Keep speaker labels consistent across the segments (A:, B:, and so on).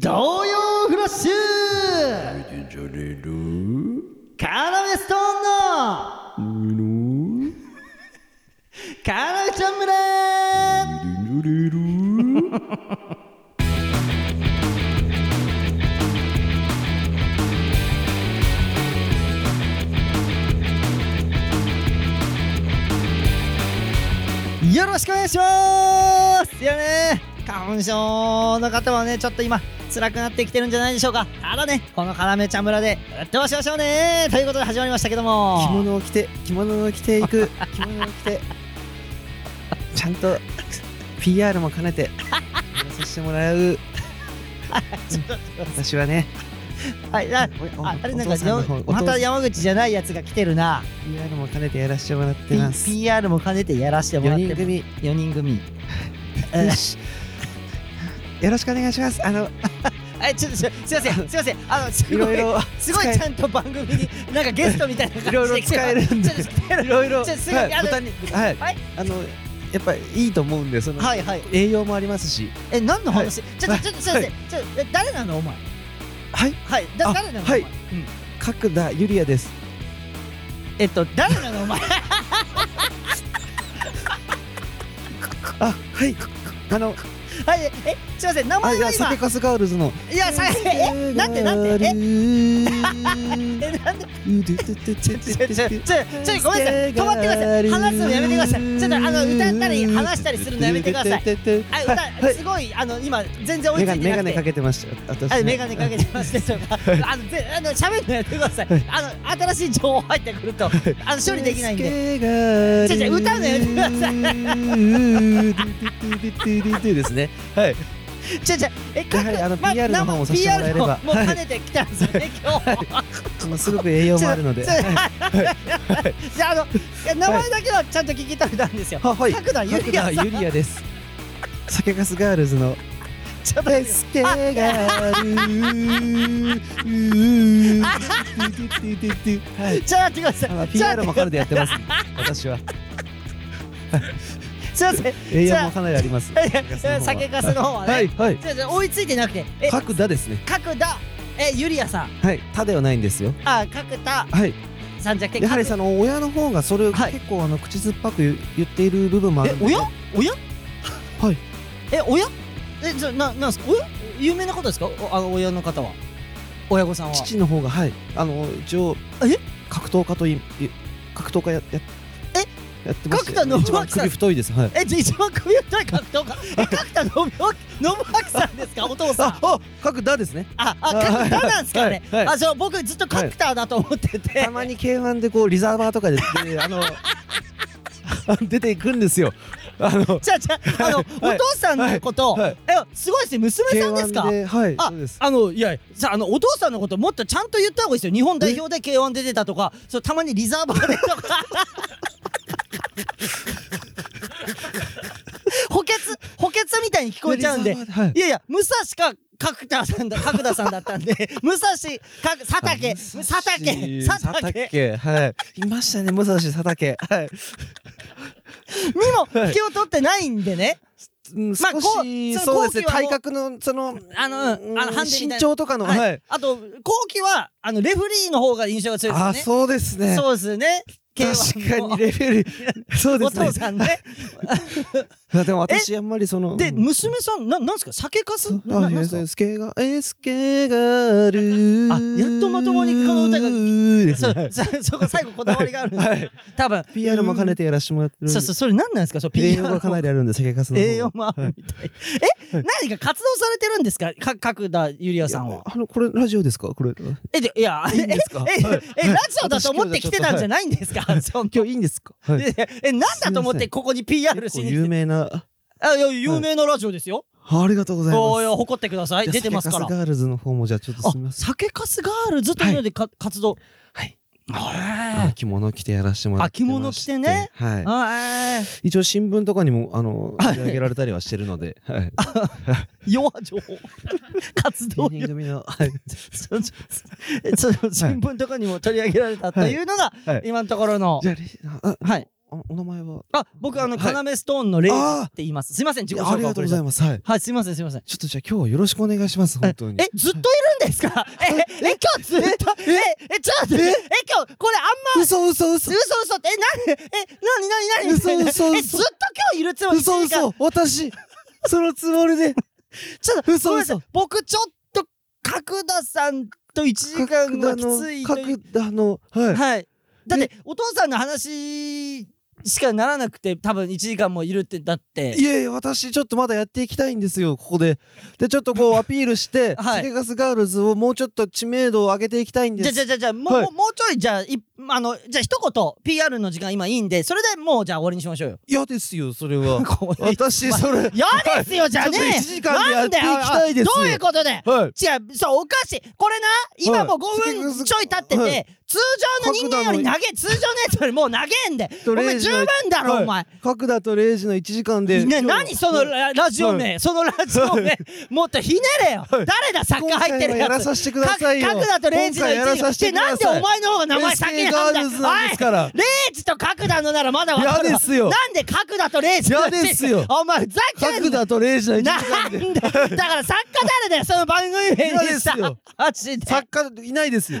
A: 童謡フラッシュ
B: 見てじゃれる
A: カラメストー
B: の
A: ンのカラメちゃん村
B: 見てじゃれる
A: よろしくお願いしますいやね花粉症の方はねちょっと今辛くなってきてるんじゃないでしょうかただねこのカラメちゃん村でやってま しょうしょうねということで始まりましたけども
C: 着物を着て着物を着てい く着物を着てちゃんと PR も兼ねてやらさせてもらう
A: ちょっと
C: 私はね
A: はいあ
C: おお
A: ああれなん
C: お
A: か
C: 父さんの方
A: よ
C: お
A: ま
C: 父さ
A: た
C: ん
A: 山口じゃないやつが来てるな
C: PR も兼ねてやらせてもらってま
A: P-
C: す
A: PR も兼ねてやらせてもら
C: 4
A: って
C: 人組
A: 4人組
C: よしよろしくお願いしますあの
A: えちょっとすすいませんすいませんあのすご
C: いろいろ
A: すごい
C: 使え
A: ちゃんと番組になんかゲストみたいな感じで
C: いろいろ使えるんで
A: ちょっと使える
C: いろいろ
A: ちょっとすごい
C: はい
A: あの
C: ボタンにはい
A: はい
C: あのやっぱいいと思うんでその
A: はいはい
C: 栄養もありますし
A: え何の話、ちょっとちょっとすいま
C: は
A: せんちょっとえ誰なのお前
C: はい
A: はいだ
C: あ
A: 誰なのお
C: は
A: 前、
C: い角田ゆりやです
A: えっと誰なのお前
C: あはいあの
A: はいええすいません名
C: あ
A: 前
C: い
A: は
C: やサテ
A: 今
C: カスガールズの
A: いやさえなんてなんてえ
C: え
A: えなんでちょちょちょちょちょ
C: ち
A: ごめんなさい止まってください話すのやめてくださいちょっとあの歌ったり話したりするのやめてくださいあ歌、
C: はい
A: すごいあの今全然追い
C: メ
A: つ
C: ガ
A: いて
C: メ
A: な
C: ガ
A: く
C: ネ
A: て
C: かけてましたよ私
A: あ
C: ね
A: メガネかけてますでしょうか。あの、ぜあの、喋るのやってください。あの、新しい情報入ってくると、あの、処理できないんで。
C: で
A: ちょちょ歌うのやめてくださ
C: いですねはい
A: ちょちょ、え、
C: やはりあの
A: ま
C: PR の方もさせてもらえれば
A: PR の方も兼ねてきたんですよ ね、今日。
C: もうすごく栄養もあるので
A: ちょちょじゃあ、あの、いや名前だけはちゃんと聞き取れたんですよ。
C: は
A: 角田ゆりやさん
C: 角田ゆりやですサケカスガールズの
A: ちょっと待って
C: 助けがある。は
A: ちょっ
C: い。
A: と待ってください。
C: あ
A: ちょ
C: の
A: っ
C: PR
A: と待
C: もカ
A: って
C: ルでやってます。私は
A: すいません。
C: 栄養もかなりあります。
A: え酒かすの方は
C: はい
A: ね。
C: はい。
A: ちょちょ追いついてなくて、え、
C: 角田ですね。
A: 角田、え、ゆりやさん、
C: はい。他ではないんですよ。
A: あ、角田
C: はい。
A: さんじゃなくて、
C: やはり
A: 角
C: その親の方がそれを
A: はい
C: 結構あの口酸っぱく言言っている部分もある
A: え
C: ん、で。
A: 親親
C: はい。
A: え、親え、じゃ、な、なんすか親有名な方ですかおあの、親の方は。親御さんは。
C: 父の方がはい。あの一応
A: え
C: 格闘家といい格闘家やややってまして
A: 角田信明さん
C: 一番首太いです。はい。
A: え、じゃ、一番首太い格闘家。え、角田信明、信明さんですかお父さん
C: あ。あ角田ですね。
A: あ、あ、角田なんですかね。
C: はいはい
A: あ、そう、僕ずっと角田だと思ってて。
C: たまに K1 でこうリザーバーとかでであの 出ていくんですよ。あの
A: じゃあ、じゃあ、あの、お
C: はい
A: 父さんのこと、
C: はいはい
A: え、すごいですね、娘さんですか
C: K1 ではい
A: あ
C: そうです。
A: あのいやじゃああのお父さんのこともっとちゃんと言った方がいいですよ日本代表で K1 出てたとかそうたまにリザーバーでとか 補欠補欠みたいに聞こえちゃうんで
C: リザーバーはい
A: いやいや武蔵か角田さんだ角田さんだったん で武蔵か佐竹佐竹佐
C: 佐
A: 竹
C: 竹はいいましたね武蔵佐竹はい
A: にも気を取ってないんでね、
C: うん
A: まあ
C: 少
A: こ
C: し
A: うその
C: そうですね
A: 後期はもう
C: 体格のその
A: あのうん
C: うん
A: あのハンデみたい
C: 身
A: な
C: 長とかの
A: はい
C: はい
A: あと後期はあのレフリーの方が印象が強いですよ
C: あ
A: ね
C: そうですね
A: そうですね K1
C: 確か
A: も
C: にレベ ルそうで
A: お
C: すね
A: 父さんね。
C: いやでも私あんまりその
A: で、
C: うん
A: 娘さん、ななんですか酒かすなな
C: あ、
A: ん
C: いや
A: ですか
C: スケが、え、スケがある。
A: あやっとまともにこの歌が
C: です
A: そ
C: ね。
A: そ そこ最後こだわりがあるんで
C: はい。
A: 多分
C: PR も兼ねてやらしてもらってる。
A: そうそうそれ何なんですかそう
C: 栄
A: PR
C: 養がかな りあるんで、酒粕の方。
A: 栄養もあるみたいえ何か活動されてるんですかか角田ゆりやさん
C: いや
A: は
C: あの、これラジオですか これ。今
A: えでいや
C: いいんですか
A: ええ
C: はい
A: えラジオだと思って来てたんじゃないんですかその
C: 日いいんですかはい。
A: ええ何だと思っ
C: すいませ
A: て
C: ん
A: ここに PR し
C: 結構
A: に
C: 有
A: 来て
C: 名な。
A: あいや有名なラジオですよ
C: あありがとうござい
A: おい
C: ま
A: おい誇ってください
C: す。
A: 出てますから
C: 酒粕ガールズの方も、じゃあちょっと
A: あ
C: すみません。
A: 酒かすガールズというのでか活動
C: はい
A: は
C: あ
A: い
C: 着物着てやらしてもらって
A: あ
C: まして。
A: 着物着てね
C: はい。
A: はい
C: 一応新聞とかにも、あの、
A: はい
C: 取り上げられたりはしてるの で。はい。
A: 弱情報活動
C: 芸人組の。はい。
A: そそそ新聞とかにも取り上げられたというのが、
C: はいはい
A: 今のところの
C: じゃあ、あ、
A: はい
C: おお名前は
A: あ僕あの、
C: はい
A: 要ストーンのレイジっ
C: あー
A: て言いますすいません自己紹介
C: ありがとうござい
A: ま
C: ますはい
A: すはいすいませんすいません
C: ちょっとじゃあ今日はよろしくお願いします本当に
A: えずっといるんですかえええ今日ずっとええちょっと待ってえ今日これあんま
C: 嘘嘘嘘
A: 嘘嘘ってえなにえなになになに
C: 嘘嘘嘘
A: えずっと今日いるつもり
C: 嘘
A: 一時間
C: 嘘私そのつもりで
A: ちょっとご
C: 嘘嘘
A: めんなさい僕ちょっと角田さんと一時間がきついという
C: 角田のはい
A: はいだってお父さんの話しかならなくて多分一時間もいるってだって
C: いえいえ私ちょっとまだやっていきたいんですよここででちょっと こうアピールして「
A: はい
C: チゲガスガールズ」をもうちょっと知名度を上げていきたいんで
A: じゃあ
C: す
A: じゃあじゃあじゃあもう、
C: はい
A: もうちょいじゃあいあのじゃあ一言 PR の時間今いいんでそれでもうじゃあ終わりにしましょうよ
C: 嫌ですよそれ は
A: これ
C: 私それ
A: 嫌ですよじゃあね
C: ちょっと一時間でやっていきたいですよ
A: なんだよおいどういうことで
C: はい
A: 違うそうおかしいこれな今もう5
C: はい
A: 分ちょい経ってて、
C: はい
A: 通常の人間より投げ通常のやつよりもう投げんでお
C: とりあ
A: 前
C: えず
A: 十分だろ、
C: はい
A: お前
C: 角田とレイジの1時間で
A: ね、何そのララジオ名、そのラジオ名、もっとひねれよ、
C: はい
A: 誰だ作家入ってるや
C: 今回はやら
A: つ
C: させてくださいよ
A: か角田とレイジの
C: 今回やら
A: 一
C: さ
A: 時
C: せて
A: で
C: ください
A: なんでお前の方が名前先なんだ
C: レイジガールズなんですから
A: おいレイジと角田のならまだわかるわ
C: 嫌ですよ
A: なんで角田とレイジの一時
C: 嫌ですよ
A: お前ふざけんな
C: 角田とレイジの1時
A: な
C: 間
A: ん
C: で
A: でだから作家誰だよその番組名にさ
C: 嫌ですよ
A: マジで
C: 作家いないです よ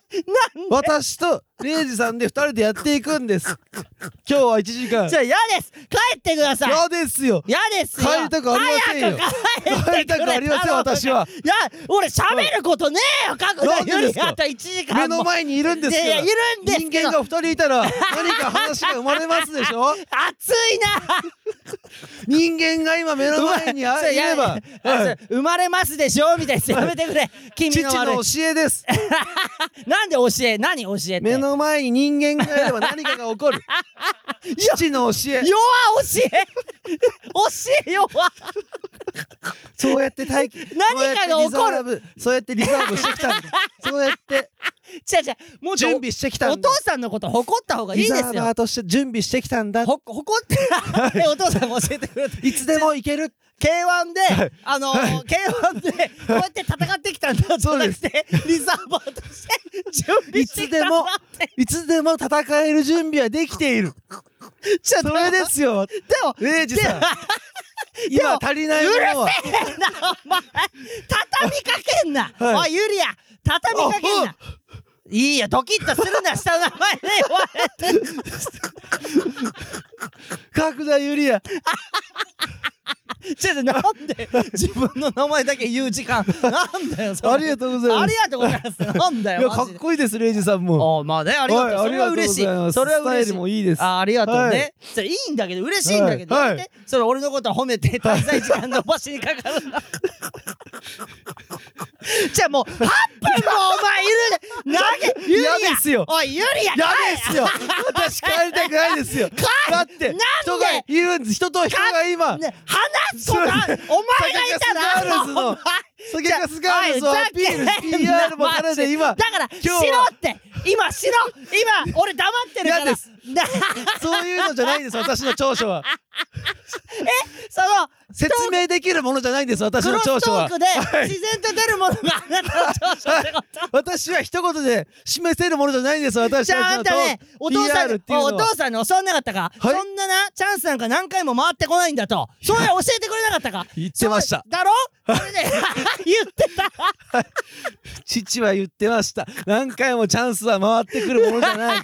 C: 私とレイジさんで2人でやっていく んです今日は1時間
A: じゃあ嫌です帰ってください
C: 嫌ですよ
A: 嫌ですよ
C: 帰りたくありませんよ
A: 早く帰ってくれ
C: 帰りたくありません
A: 頼む
C: 私はい
A: や俺喋ることねえよ角
C: な
A: 田
C: んで
A: ゆ
C: で
A: り
C: すか
A: あと1時間
C: 目
A: も
C: の前にいるんですか
A: いや
C: ら
A: いやいるんですけど
C: 人間が2人いたら何か話が生まれますで しょ
A: 熱いな
C: 人間が今目の前にあ
A: そう
C: い
A: いや
C: れば
A: あ
C: は
A: そう
C: い
A: 生まれますでしょみたいなやめてくれ君
C: 父
A: の
C: の
A: 悪い
C: 教 えです
A: なんで教え何教えて
C: 目の前に人間がいれば何かが 起こる父の教え
A: 弱教え 教え弱
C: そうやって待機
A: 何かが起こ
C: るそうやってリザーブしてきた んだそうやって
A: じゃじゃもうちょ
C: 準備してきた
A: お
C: んだ
A: 父さんのこと誇った方がいい
C: リ
A: で
C: ザ
A: す
C: ー
A: よ
C: バーとして準備してきたんだ
A: ほ誇って でお父さんが教えてくれた
C: いつでも行ける
A: K1 で
C: い、
A: あのー、K1 で、こうやって戦ってきたんだ、じゃ
C: そう
A: な
C: で
A: く
C: す
A: て、リザーバーとして準備
C: い
A: して
C: つ
A: きた
C: で
A: んだ
C: も
A: って。
C: いつでも戦える準備はできている
A: ちょっ
C: そ
A: と
C: れですよ
A: でも、
C: レイジさん今足りな
A: う
C: い
A: る
C: も
A: せ
C: のは
A: えな、お前畳みかけんな、
C: はい
A: おい、ユリア畳みかけん
C: あ
A: なおいいよ、ドキッとするな、下の名前ね、
C: 角田ゆりや
A: おいちょっとなんで、自分の名前だけ言う時間、なんだよ、それ
C: ありがとうござい
A: あ
C: ま
A: り
C: す
A: がとうございます。なんだ
C: いや
A: よ、
C: か
A: マジ
C: っ
A: で。
C: こいいですレイジさんも
A: あまあね、ありがとう。
C: は
A: そ
C: い
A: れは
C: ありがとう
A: 嬉
C: ご
A: し
C: ざいま
A: い。
C: す
A: それは嬉しい
C: スタイル。もいいです
A: あありがとう
C: は
A: ね
C: い。
A: それいいんだけど嬉しいんだけど、
C: はい
A: やめてそれ俺のこと褒めて滞在時間伸ばしにかかるな。じゃあもう8分もお前いる投げユリア
C: 嫌ですよ
A: おいユリア
C: やですよ私帰りたくないですよだっ
A: な
C: て
A: んで
C: 人がいるんです人と人が今
A: ね話すことあるお前がいたら
C: 酒かすガールズの
A: お前
C: 酒かすガールズを
A: おいふ
C: ア
A: ざ
C: ピ
A: け
C: ー
A: ん
C: ル
A: な
C: PR も兼ねて今
A: だからしろ
C: 今日は
A: って今しろ今俺黙ってるから
C: 嫌です
A: な
C: そういうのじゃないんです私の長 所は
A: その
C: 説明できるものじゃないんです私
A: ク
C: の
A: ロ
C: 長
A: スト
C: 所
A: ー
C: は
A: クで自然と出るものがあなたの長所ってこと
C: 私は一言で示せるものじゃないんです 私
A: じ
C: の
A: ゃああんたね、お父さんに
C: PR っていう
A: お
C: のは
A: 父さんに教わんなかったか、
C: はい
A: そんなな、チャンスなんか何回も回ってこないんだと、それ教えてくれなかったか
C: 言ってました
A: そうだろそ れで、言ってた。
C: 父は言ってました何回もチャンスは回ってくるものじ ゃない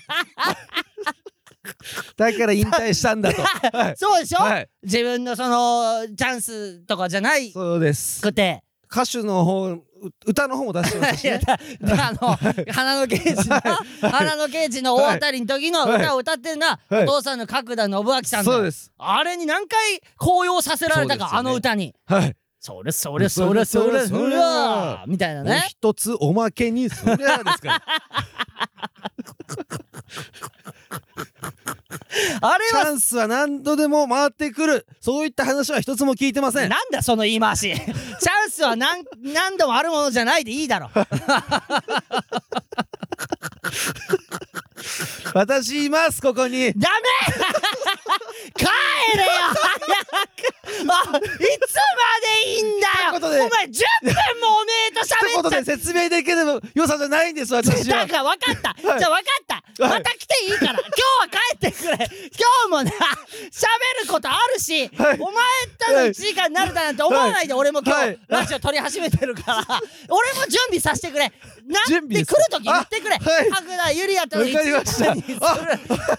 C: だから引退したんだ と、はい、
A: そうでしょ、
C: はい
A: 自分のその、チャンスとかじゃない
C: そうです
A: くて。
C: 歌手の方う歌の方も出してましたし
A: いや
C: ね
A: だだあの、花の刑事の、花の刑事の大当たりの時の歌を歌ってるのは、
C: はい
A: お父さんの角田信明さんだ
C: そうです
A: あれに何回高揚させられたか、
C: そうですよね
A: あの歌に。
C: はい
A: それそれそれそれそれみたいな
C: もう
A: ね。
C: 一つおまけにそれらですから
A: あれ
C: チ
A: は
C: ャンスは何度でも回ってくるそういった話は一つも聞いてません
A: なんだその言い回しチャンスは何何度もあるものじゃないでいいだろ
C: 私いますここに
A: ダメ帰れよ早くあいつまでいいん
C: 一言
A: だ
C: で
A: よお前10分もおめえと喋っ
C: 一
A: ちゃ
C: 言で説明できる良さじゃないんです私
A: だ
C: は
A: から分かった、
C: はい
A: じゃあ分かったまた来ていい から今日は帰ってくれ今日もな喋ることあるし、お前たの1時間になるだなんて思わないで俺も今日、
C: はい
A: ラジオ撮り始めてる から俺も準備させてくれなっ
C: 準備
A: て
C: で
A: 来
C: す
A: る時言ってくれ
C: はい
A: 角田ゆりやとの1
C: わかりま
A: 時
C: した
A: 間にするっ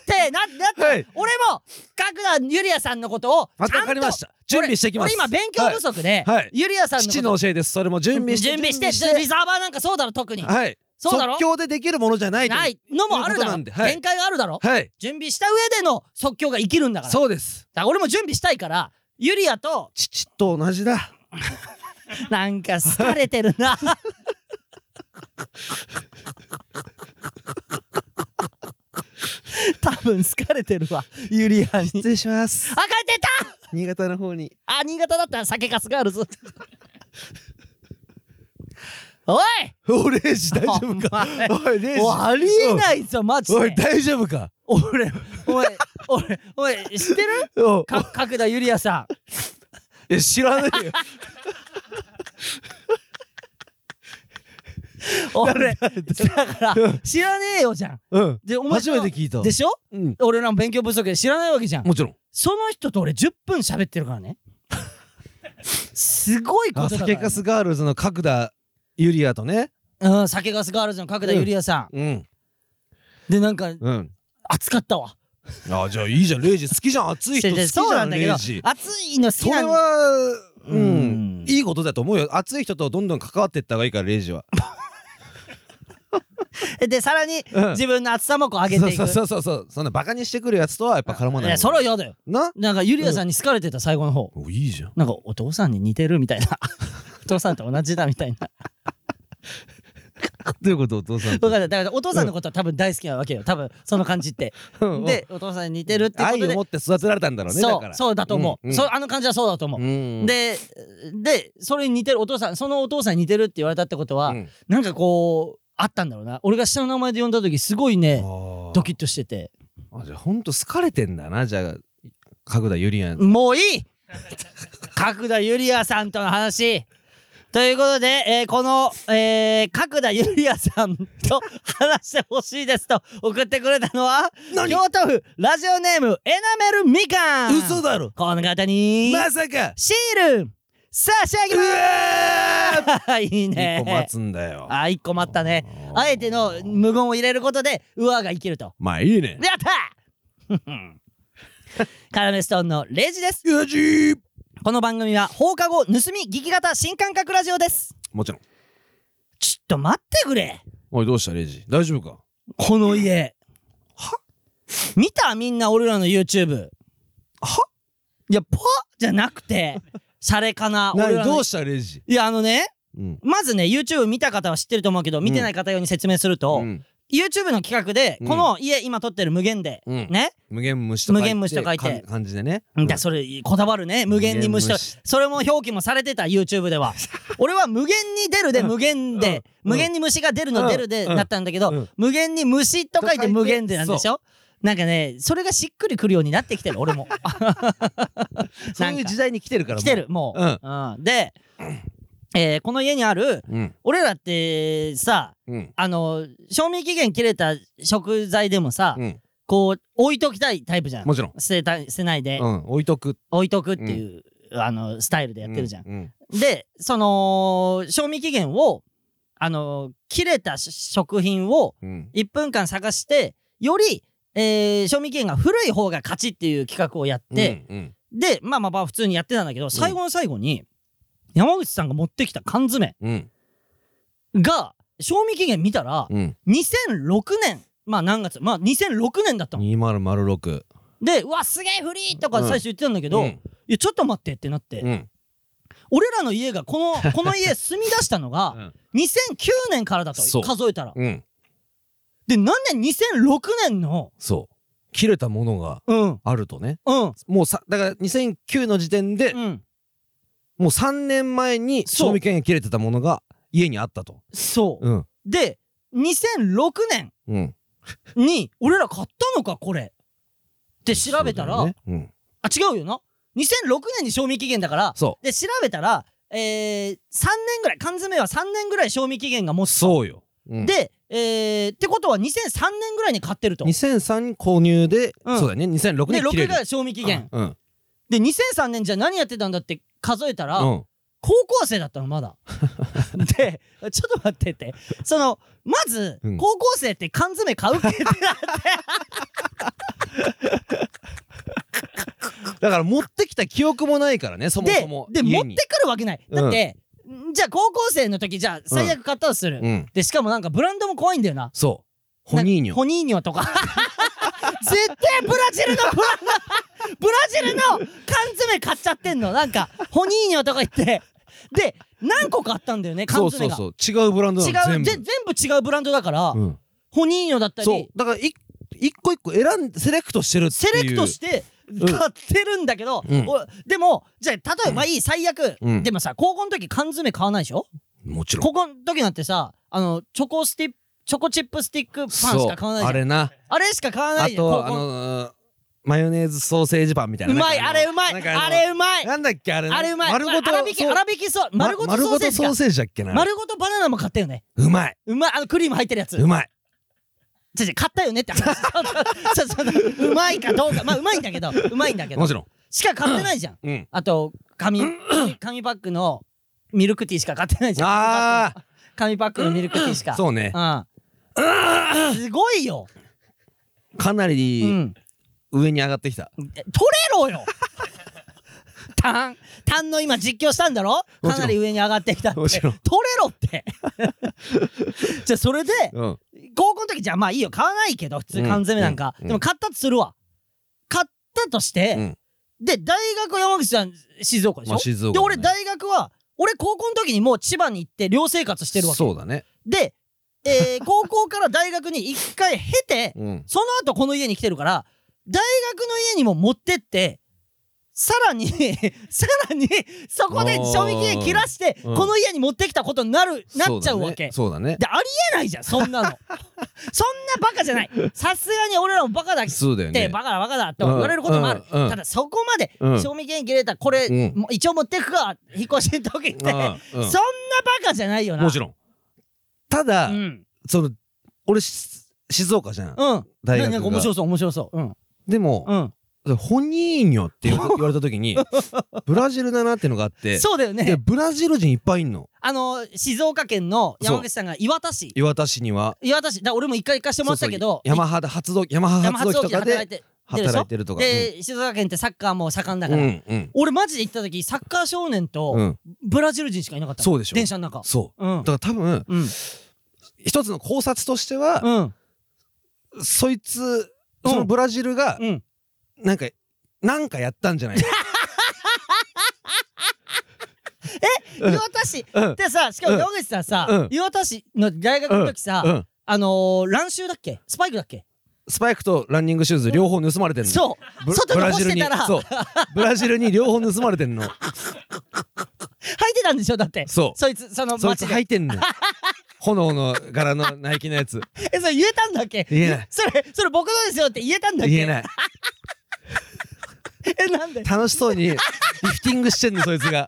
A: てなだって、
C: はい
A: 俺も角田ゆりやさんのことを
C: わ
A: ちゃん
C: かりま
A: と
C: した準備してきます
A: 俺今勉強不足で、
C: はいはい
A: ゆりやさんのこと
C: 父の教えですそれも準備して
A: 準備してリザーバーなんかそうだろ特に、
C: はい
A: そうだろ
C: 即興でできるものじゃないとう
A: ないのもあるだ
C: ということ
A: ろ
C: なんではい
A: 限界があるだろ
C: はい
A: 準備した上での即興が生きるんだからだか
C: そうです
A: ら俺も準備したいからユリアと
C: 父と同じだ
A: なんか好かれてるな 多分好かれてるわユリアに
D: 失礼します
A: あ帰ってた
D: 新潟の方に
A: あ、新潟だったら酒かすがある ぞ。おい
C: おレイジ大丈夫
A: お
C: か
A: 前
C: おいレイジ
A: おありえないぞ、マジ
C: おい
A: で。
C: 大丈夫か
A: 俺、おい、おい、おい、知ってる
C: お
A: か角田ゆりやさん。
C: いや知ら ないよ
A: 俺、だから、知らねえよじゃん。
C: うん
A: で、お前
C: 初めて聞いた
A: でしょ
C: うん
A: 俺らも勉強不足で知らないわけじゃん。
C: もちろん
A: その人と俺10分喋ってるからね。すごいこ
C: あ
A: とだから、
C: 酒かすガールズの角田ユリアとね
A: うん、酒かすガールズの角田ゆりやさん。
C: うん
A: で、なんか、
C: うん
A: 熱かったわ。
C: あじゃあいいじゃんレイジ好きじゃん熱い人好 きじ
A: そう
C: ゃ
A: なん
C: ん
A: だけ
C: レ
A: ど
C: イジ
A: 熱いの好
C: そ
A: きな
C: れ
A: んだ
C: はうん、
A: うん
C: いいことだと思うよ熱い人とどんどん関わっていった方がいいからレイジは
A: でさらに
C: うん
A: 自分の熱さもこう上げていく
C: そうそうそうそうそんなバカにしてくるやつとはやっぱ絡まな
A: い
C: い
A: やそれは嫌だよ
C: な
A: なんかユリアさんに好かれてた最後の方
C: おいい じゃん
A: なんかお父さんに似てるみたいな お父さんと同じだみたいな
C: どういうことお 父さん
A: 分かっただからお父さんのことは多分大好きなわけよ多分その感じって
C: うん
A: でお父さんに似てるってこと
C: 愛を
A: で
C: 持って育てられたんだろうねだ
A: そ
C: から
A: うそうだと思
C: ん
A: うそうあの感じはそうだと思
C: う
A: うんででそれに似てるお父さんそのお父さんに似てるって言われたってこと
C: う
A: は
C: ん
A: なんかこうあったんだろうな俺が下の名前で呼んだ時すごい
C: あ
A: ね
C: ー
A: ドキッとしてて
C: あじゃあほんと好かれてんだなじゃあ角田ゆりやん
A: もういい角田ゆりやさんとの話ということで、えーこの、えー角田ゆりやさんと話してほしいですと送ってくれたのは京都府ラジオネームエナメルみかん
C: 嘘だろ
A: この方に
C: まさか
A: シール差し上げ
C: う
A: ま
C: わ
A: すいい
C: ー一
A: ね
C: 個待つんだよ
A: あ一個待ったね
C: あー
A: あえての無言を入れることでうわーが生きると
C: まあいいね
A: やったー カラメストーンのレイジです
C: よし
A: この番組は放課後盗み聞き型新感覚ラジオです。
C: もちろん
A: ちょっと待ってくれ
C: おいどうしたレイジ大丈夫か
A: この家。は見たみんな俺らの YouTube。はいや、パじゃなくて、シャレか な。俺
C: 何
A: ら
C: ど
A: の
C: うしたレイジ
A: いや、あのね、
C: うん
A: まずね、YouTube 見た方は知ってると思うけど、見てない方用に説明すると、
C: うん
A: YouTube の企画で、
C: うん
A: この家今撮ってる無限で、
C: うん
A: ね、
C: 無限虫と書いて
A: 無限虫と書いて
C: か漢字でね
A: だそれこだわるね無限に無視と
C: 無限無視
A: それも表記もされてた YouTube で は俺は無限に出るで無限で
C: うん
A: 無限に虫が出るの出るで
C: うん
A: だったんだけ
C: う
A: ど
C: ん
A: 無限に虫と書い
C: と
A: て
C: 書いて
A: 無限でなんでしょなんかねそれがしっくりくるようになってきてる俺 も
C: そういう時代に来てるから
A: 来てるもう、うんで、えーこの家にある
C: もううん
A: 俺らってさ
C: うん
A: あの賞味期限切れた食材でもさ、
C: うん
A: こう置いときたいタイプじゃん
C: もちろん
A: 捨てた捨てないで、
C: うん置いとく
A: 置いとくっていう、あのスタイルでやってるじゃん。
C: ううん
A: でその賞味期限をあの切れたし食品を
C: うん
A: 1分間探してより、えー賞味期限が古い方が勝ちっていう企画をやって、
C: うん
A: でまあまあまあ普通にやってたんだけど最後の最後に、山口さんが持ってきた缶詰
C: うん
A: が賞味期限見たら
C: うん
A: 2006年まあ何月まあ2006年だったの。
C: 2006
A: でうわすげえ古いとか最初言ってたんだけど、
C: う
A: い
C: ん
A: やちょっと待ってってなって。
C: うん
A: 俺らの家がこ のこの家住み出したのが2009年からだと
C: そう
A: 数えたら
C: うん
A: でなんで2006年の
C: そう切れたものが
A: うん
C: あるとね
A: うん
C: もうさだから2009の時点で
A: うん
C: もう3年前に
A: そう
C: 賞味期限が切れてたものが家にあったと
A: そう、
C: うん
A: で2006年
C: うん
A: に俺ら買ったのかこれって調べたら、
C: そうだよねうん
A: あ違うよな2006年に賞味期限だから
C: そ
A: で調べたらえー、3年ぐらい缶詰は3年ぐらい賞味期限が持
C: う
A: つ
C: そうようん
A: でえー、ってことは2003年ぐらいに買ってると。ね、
C: 2003購入で、
A: うん
C: そうだね2006年切れ
A: 6
C: る
A: が賞味期限。
C: うん
A: で、2003年じゃあ何やってたんだって数えたら、
C: うん
A: 高校生だったの、ま だ。で、ちょっと待ってって。その、まず、
C: うん
A: 高校生って缶詰買うって言ってなかった
C: だから持ってきた記憶もないからね そもそも
A: でで
C: 家
A: 持
C: に
A: ってくるわけないだって、じゃあ高校生の時じゃあ最悪買ったとする、
C: うん
A: でしかもなんかブランドも怖いんだよな
C: そうホニーニ
A: な
C: ョ
A: ホニーニョと か絶対ブラジルのブラブラジルの缶詰買っちゃってんのなんかホニーニョとか言ってで何個かあったんだよね缶
C: そう
A: 詰
C: そう
A: が
C: そう違うブランドなの
A: 違う
C: 全部
A: ぜ全部違うブランドだから、
C: うん
A: ホニーニョだった
C: そう
A: り
C: だからい一個一個選んセレクトしてるって
A: セ
C: いう
A: レクトして
C: ん
A: 買ってるんだけど、
C: うん
A: おでもじゃあ例えばまあいい最悪、
C: うん
A: でもさ高校の時缶詰買わないでしょ
C: もちろん
A: ここの時なんてさあのチョコスティップチョコチップスティックパンしか買わないじゃん
C: そう
A: あ
C: あ
A: れ
C: れな
A: しか買わな
C: あ
A: いじゃん
C: とあ
A: 高校
C: のーマヨネーズソーセージパンみたいな
A: う
C: ね
A: まいあれうま
C: なん
A: い
C: かの
A: あれうまい
C: なんだっけあれ
A: あれうまい
C: 丸ごと
A: あ粗挽き
C: そう
A: 粗挽きそう丸ごと
C: ま
A: ソーセージか
C: 丸ごとソーセージだっけな
A: 丸ごとバナナも買ったよね
C: うまいう
A: まいあのクリーム入ってるやつ
C: うまい
A: 違う違う買ったよね って話そうそうそううまいかどうかまあうまいんだけどうまいんだけど
C: もちろん
A: しか買ってないじゃん
C: うん
A: あと 紙紙パックのミルクティーしか買ってないじゃん
C: あ
A: 紙パックのミルクティーしか
C: あそうね
A: うんすごいよ
C: かな
A: う
C: り
A: ん
C: 上に上がってきた
A: 取れろよタンタンの今実況したんだろ
C: もちろん
A: かなり上に上がってきたって
C: もちろん
A: 取れろって じゃあそれで
C: うん
A: 高校の時じゃあまあいいよ買わないけど普通缶詰なんか、
C: うんうん
A: でも買ったとするわ買ったとして、
C: うん
A: で大学山口さん静岡でしょ、
C: まあ静岡
A: で
C: だね
A: 俺大学は俺高校の時にもう千葉に行って寮生活してるわけ
C: そうだね
A: で、えー 高校から大学に一回経て
C: うん
A: その後この家に来てるから、大学の家にも持ってって、さらに、 さらに、そこで賞味期限切らして、
C: うん
A: この家に持ってきたことになる、なっちゃうわけ。
C: そうだね
A: で、ありえないじゃん、そん なの。そんなバカじゃない。さすがに俺らもバカだっ
C: そうだ
A: て、
C: よね
A: バカだバカだって言われることもある。
C: うんうんうん
A: ただ、そこまで
C: うん
A: 賞味期限切れた、これ、
C: うん
A: もう一応持ってくか、引っ越しの時って、そんな
C: うんうん
A: バカじゃないよな。
C: もちろんただ
A: うん。
C: その俺し静岡じゃん
A: うん。
C: 大
A: なん
C: 学
A: か
C: が
A: 面白そう、面白そう。うん。
C: でも
A: うん。
C: ホニーニョって言わ言われた時に ブラジルだなってのがあって
A: そうだよね。
C: でブラジル人いっぱいいんの
A: あの静岡県の山口さんが岩田市
C: 岩田市には
A: 岩田市だ俺も一回行かしてもらったけど
C: そうそうヤマハで発動ヤマハ発動機と
A: 山
C: かで
A: で
C: 働いてるとか
A: で、静岡県ってサッカーも盛んだ
C: う
A: か
C: ん
A: ら、
C: うん
A: 俺マジで行った時サッカー少年
C: う
A: と
C: ん
A: ブラジル人しかいなかったの
C: そうでしょ
A: 電車の中
C: そう
A: うん
C: だから多分
A: うん
C: 一つの考察としては
A: うん
C: そいつ
A: うん
C: そのブラジルが
A: うん
C: なんかなんかやったんじ ゃないか
A: 岩田市
C: うん
A: でさしかも
C: うん
A: 山口さんさ、
C: うん
A: 岩田市の大学の時さ、
C: うん
A: あのー、乱臭だっけスパイクだっけ
C: スパイクとランニングシューズ両方盗まれてんの
A: そう
C: ブ
A: 外
C: ブ
A: に
C: ラ
A: 干
C: ジ
A: して
C: ルに
A: たら
C: そう
A: 履い
C: ブラジルに両方盗まれてんの
A: てたんでしょだって
C: そう
A: そいつその
C: そいつ
A: 街で
C: 履いてん の炎の柄のナイキのやつ
A: えそれ言えたんだっけ
C: 言えない
A: それそれ僕のですよって言えたんだっけ
C: 言えない
A: えなんで
C: 楽しそうにリフティングしてんのそいつが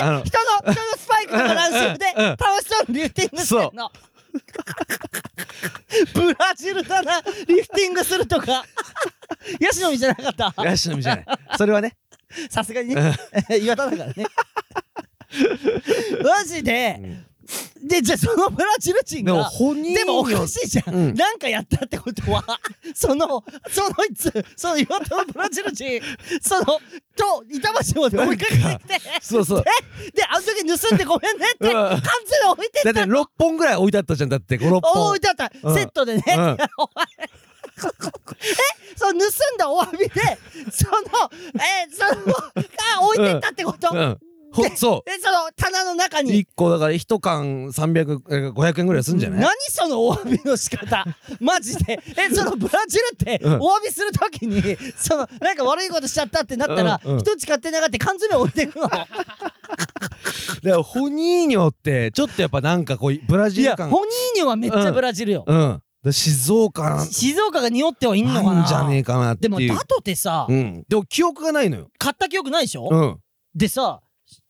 C: あの
A: 人の人のスパイクとか乱視で
C: うんうん
A: 楽しそうにリフティングしてんのブラジルだなリフティングするとかヤシの実じゃなかった
C: ヤシの実じゃないそれはね
A: さすがに ね岩田だからねマジで、でじゃあそのブラジル人
C: でも
A: が
C: 本人
A: でもおかしいじゃん、
C: うん
A: なんかやったってことはそのそのいつその岩田のブラジル人そのと板橋まで追いかけ
C: な
A: て
C: ん
A: きて
C: そうそう
A: え であの時盗んでごめんねって
C: うん
A: 缶詰置いて
C: だ
A: っ
C: って
A: た
C: 6本ぐらい置いてあったじゃんだって56
A: お
C: 本
A: 置いてあった、
C: うん
A: セットでね、
C: う
A: お
C: ん
A: 前えその盗んだお詫びでそのえそのあ置いてったってこと、
C: うんほそう
A: えその棚の中に
C: 1個だから1缶300えー500円ぐらいすんじゃない
A: 何そのお詫びの仕 方マジでえそのブラジルって
C: うん
A: お詫びするときにそのなんか悪いことしちゃったってなったら
C: うんうん
A: 一つ買ってなかって缶詰置いてく の
C: だからホニーニョってちょっとやっぱなんかこうブラ
A: い
C: ジル
A: や
C: 感
A: ホニーニョはめっちゃブラジルよ
C: うんだから静岡なん
A: 静岡が匂ってはいんのか
C: なんじゃねえ
A: な
C: かなって
A: で
C: いう
A: もだとてさ
C: うんでも記憶がないのよ
A: 買った記憶ないでしょ
C: うん
A: でさ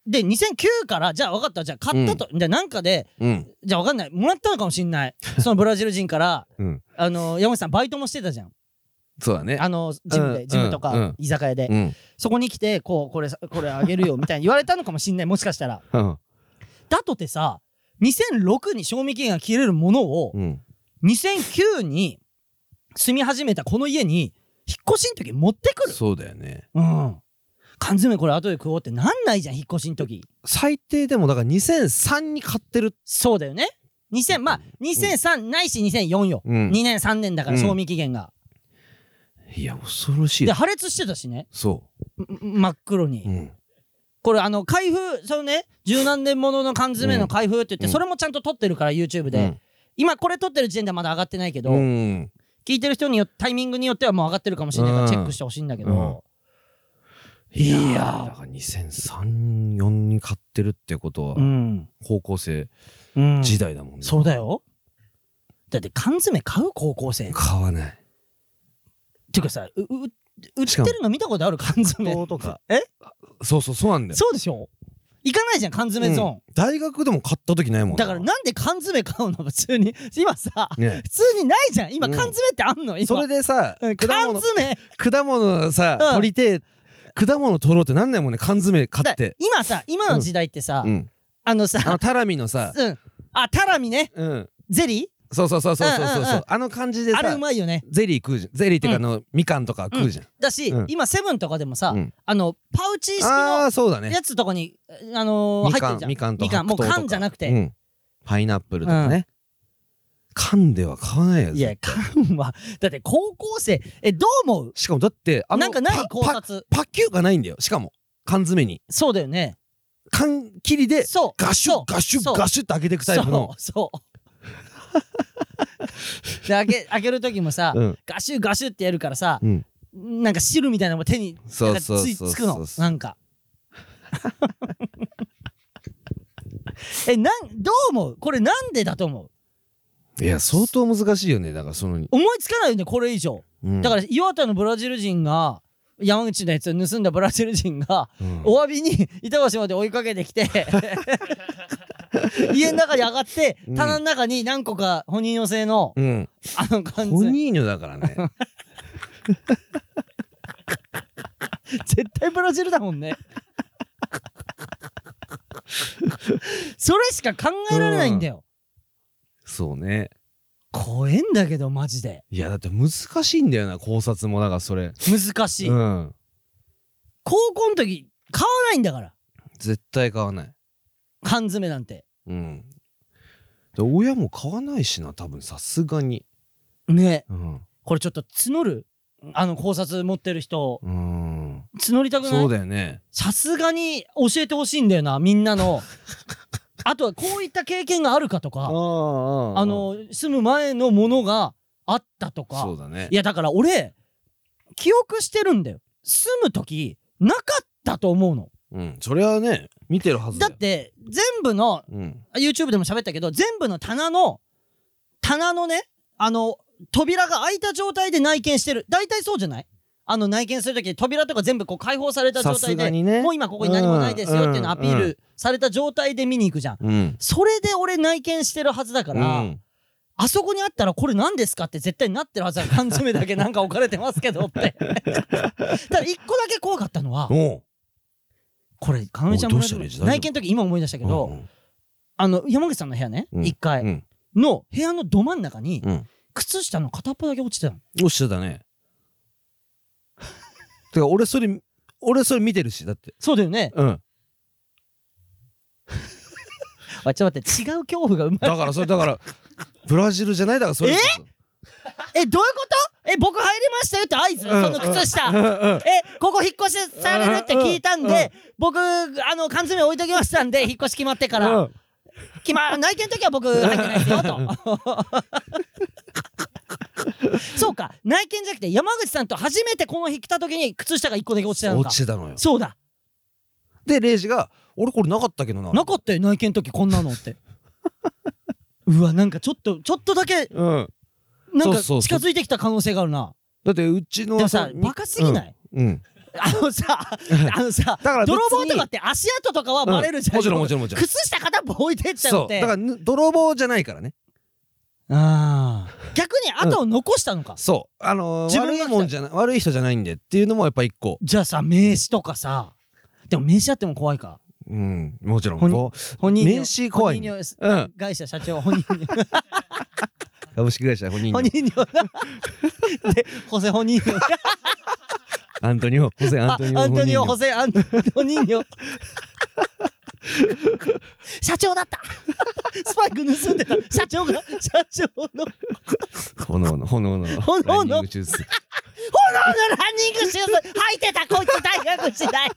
A: で、2009から、じゃあ分かった。じゃあ買ったと。じゃあなんかで、
C: うん。
A: じゃあ分かんない。もらったのかもしん ない。そのブラジル人から、
C: うん
A: あの、山口さんバイトもしてたじゃん。
C: そうだね。
A: あの、ジム
C: う
A: で、
C: ん
A: ジムと
C: う
A: か
C: ん、
A: 居酒屋で
C: う。ん。
A: そこに来て、こう、これ、これあげ るよ、みたいに言われたのかもしんない。もしかしたら。
C: うん。
A: だとてさ、2006に賞味期限が切れるものを、
C: うん。
A: 2009に住み始めたこの家に、引っ越しの時持ってくる。
C: そうだよね。
A: うん。缶詰これ後で食おうってなんないじゃん、引っ越しの時。
C: 最低でもだから2003に買ってる。
A: そうだよね。2000、まあ、2003ないし2004よ。
C: う
A: 2
C: ん
A: 年3年だから
C: うん
A: 賞味期限が。
C: いや、恐ろしい
A: で、。破裂してたしね。
C: そ
A: ん真っ黒に。
C: う。うん。
A: これあの、開封、そのね、十何年ものの缶詰の開封って言って、
C: うん
A: それもちゃんと撮ってるから YouTube で。
C: うん
A: 今これ撮ってる時点ではまだ上がってないけど、
C: うん。
A: 聞いてる人によってタイミングによってはもう上がってるかもしれないから
C: うん
A: チェックしてほしいんだけど、
C: うん
A: いやー
C: だから2003、4に買ってるってことは
A: う、ん。
C: 高校生
A: うん。
C: 時代だもんね。
A: そうだよ。だって缶詰買う高校生。っ
C: 買わない。
A: ていうかさ、う、う、売っ
C: しかも
A: てるの見たことある缶詰。
D: とか
C: そうそう、そうなんだよ。
A: そうでしょ行かないじゃん、缶詰ゾーン。
C: うん大学でも買った時ないもん
A: だからなんで缶詰買うの普通に。今さ、
C: ね
A: 普通にないじゃん。今
C: うん
A: 缶詰ってあんの今。
C: それでさ
A: うん
C: 果
A: 缶
C: 物
A: 詰
C: 果物さ
A: うん
C: 取りてえ果物取ろうってなんないもんね缶詰買
A: だ
C: って
A: 今さ、今の時代ってさ、
C: うん
A: あの
C: あの
A: さ、
C: タラミのさ
A: うん。あ、タラミね。
C: うん
A: ゼリ
C: そうそうそうそうそうそう
A: うんうんうん
C: あの感じで
A: ーあれ
C: さ
A: うまいよね。
C: ゼリー食うじゃんゼリーっていうかあのみかんとか食うじゃん
A: だし、
C: うん
A: 今セブンとかでもさ、
C: うん
A: あの、パウチ式
C: あ
A: の
C: あそうだね
A: やつとかに、あのー、
C: み
A: 入っ
C: か
A: てる
C: ん
A: じゃん。
C: みかんと
A: みかん、もう
C: 白桃とか
A: 缶じゃなくて。
C: うんパイナップルとかね缶では買わないやつ
A: いや、缶は、だって高校生、え、どう思う
C: しかもだってあの
A: なんかない
C: パ
A: 考
C: パ
A: 察。
C: パキューがないんだよしかも缶詰に
A: そうだよね。
C: 缶切りで
A: そう。
C: ガシ
A: そ
C: ュ
A: う
C: ガシ
A: そ
C: ュ
A: う
C: ガシュって開けていくタイプの
A: そうそう。 で開け開ける時もさ、
C: うん
A: ガシュガシュってやるからさ、
C: うん
A: なんか汁みたいなのも手に
C: そう
A: なんかつ
C: そう
A: い
C: そう
A: つくの
C: そうそう
A: なん か。えなんどう思うこれなんでだと思う
C: いや相当難しいよねだからその
A: 思いつかないよねこれ以上、だから岩田のブラジル人が山口のやつを盗んだブラジル人が
C: ら、うん
A: お詫びに 板橋まで追いかけてきて 家の中に上がって
C: うん
A: 棚の中に何個かホニーの製の
C: うん、
A: あの缶
C: ホ
A: 詰
C: ニーニョだか らね
A: 絶対ブラジルだもん ねそれしか考えられないんだよ
C: そうね
A: 怖えんだけどマジで
C: いやだって難しいんだよな考察もだからそれ
A: 難しい
C: うん
A: 高校の時買わないんだから
C: 絶対買わない
A: 缶詰なんて
C: うんで親も買わないしな多分さすがに
A: ね
C: うん
A: これちょっと募るあの考察持ってる人
C: うん
A: 募りたくない
C: そうだよね
A: さすがに教えてほしいんだよなみんな のあとはこういった経験があるかと
C: あ
A: か
C: あ
A: あの住む前のものがあったとか
C: そうだね
A: いやだから俺記憶してるんだよ住む時なかったと思うの
C: うんそれはね見てるはずだ
A: だ
C: よ
A: って全部の
C: うん
A: あ YouTube でも喋ったけど全部の棚の棚のねあの扉が開いた状態で内見してる大体そうじゃないあの内見する時扉とか全部こう開放された状
C: さす
A: 態
C: が
A: で
C: にね
A: もう今ここに何もないですよっていうのをアピー
C: うんう
A: ルされた状態で見に行くじゃん。
C: うん
A: それで俺内見してるはずだから、
C: うん
A: あそこにあったらこれ何ですかって絶対なってるはずだ缶詰だけなんか置かれてますけど って。ただ一個だけ怖かったのは、
C: おう
A: これ、かなめちゃん
C: おい
A: もらえ
C: どうした
A: る
C: レイジ大丈夫
A: 内見の時今思い出したけど、
C: うんうん
A: あの、山口さんの部屋ね、
C: うん
A: 1階
C: うん
A: の部屋のど真ん中に、
C: うん
A: 靴下の片っぽだけ落ちてたの。
C: おっしゃだね。 てか俺それ俺それ見てるしだって。
A: そうだよね。
C: うん。
A: あ、ちょっと待って、違う恐怖が生まれ
C: だからそれだからブラジルじゃないだからそれ。
A: え え、どういうことえ、僕入りましたよって合図、
C: うん
A: その靴下。
C: うん
A: え、ここ引っ越しされるって聞いたんで、僕、あの、缶詰置いときましたんで、引っ越し決まってから、
C: うん
A: 決ま、内見の時は僕入ってないですよ、と。 そうか、内見じゃなくて、山口さんと初めてこの日来た時に靴下が一個だけ落ちてたのか
C: 落ち。てたのよ。
A: そうだ、
C: でレイジが俺これなかったけどな。
A: なかったよ、内見の時こんなのって。 うわ、なんかちょっと、ちょっとだけ、
C: うん。
A: なん
C: そう
A: か
C: そうそう
A: 近づいてきた可能性があるな。
C: だってうち
A: で
C: の
A: もさ、バカすぎない、
C: うん。
A: あのさ、 あのさ、
C: だから別に
A: 泥棒とかって足跡とかはバレるじゃん。
C: もちろんもちろんもちろん
A: 靴下片っぽ置いてっちゃう
C: そ
A: っ
C: うだ
A: て。
C: からぬ泥棒じゃないからね
A: ああ。逆に後を残したのか。
C: そうあのー
A: 自
C: 悪
A: 分が
C: いもんじゃない悪い人じゃないんでっていうのもやっぱ一個
A: じゃあさ、名刺とかさ。でも名刺あっても怖いか。
C: うんもちろん
A: ほに
C: こ
A: 本人
C: 名刺怖いね
A: 本人
C: ううん
A: 会社社長本人に
C: 株式会社 本人
A: 本人に でホセ本人に
C: アントニオホセアン
A: あ
C: トニオ
A: アントニオ・
C: ホ
A: ホ
C: セ
A: セ・アントニオ。 社長だったスパイク盗んでた社長が社長の炎の
C: 炎の炎の
A: 炎の
C: ランニングジュース
A: ランニングシューズ履いてたこいつ大学時代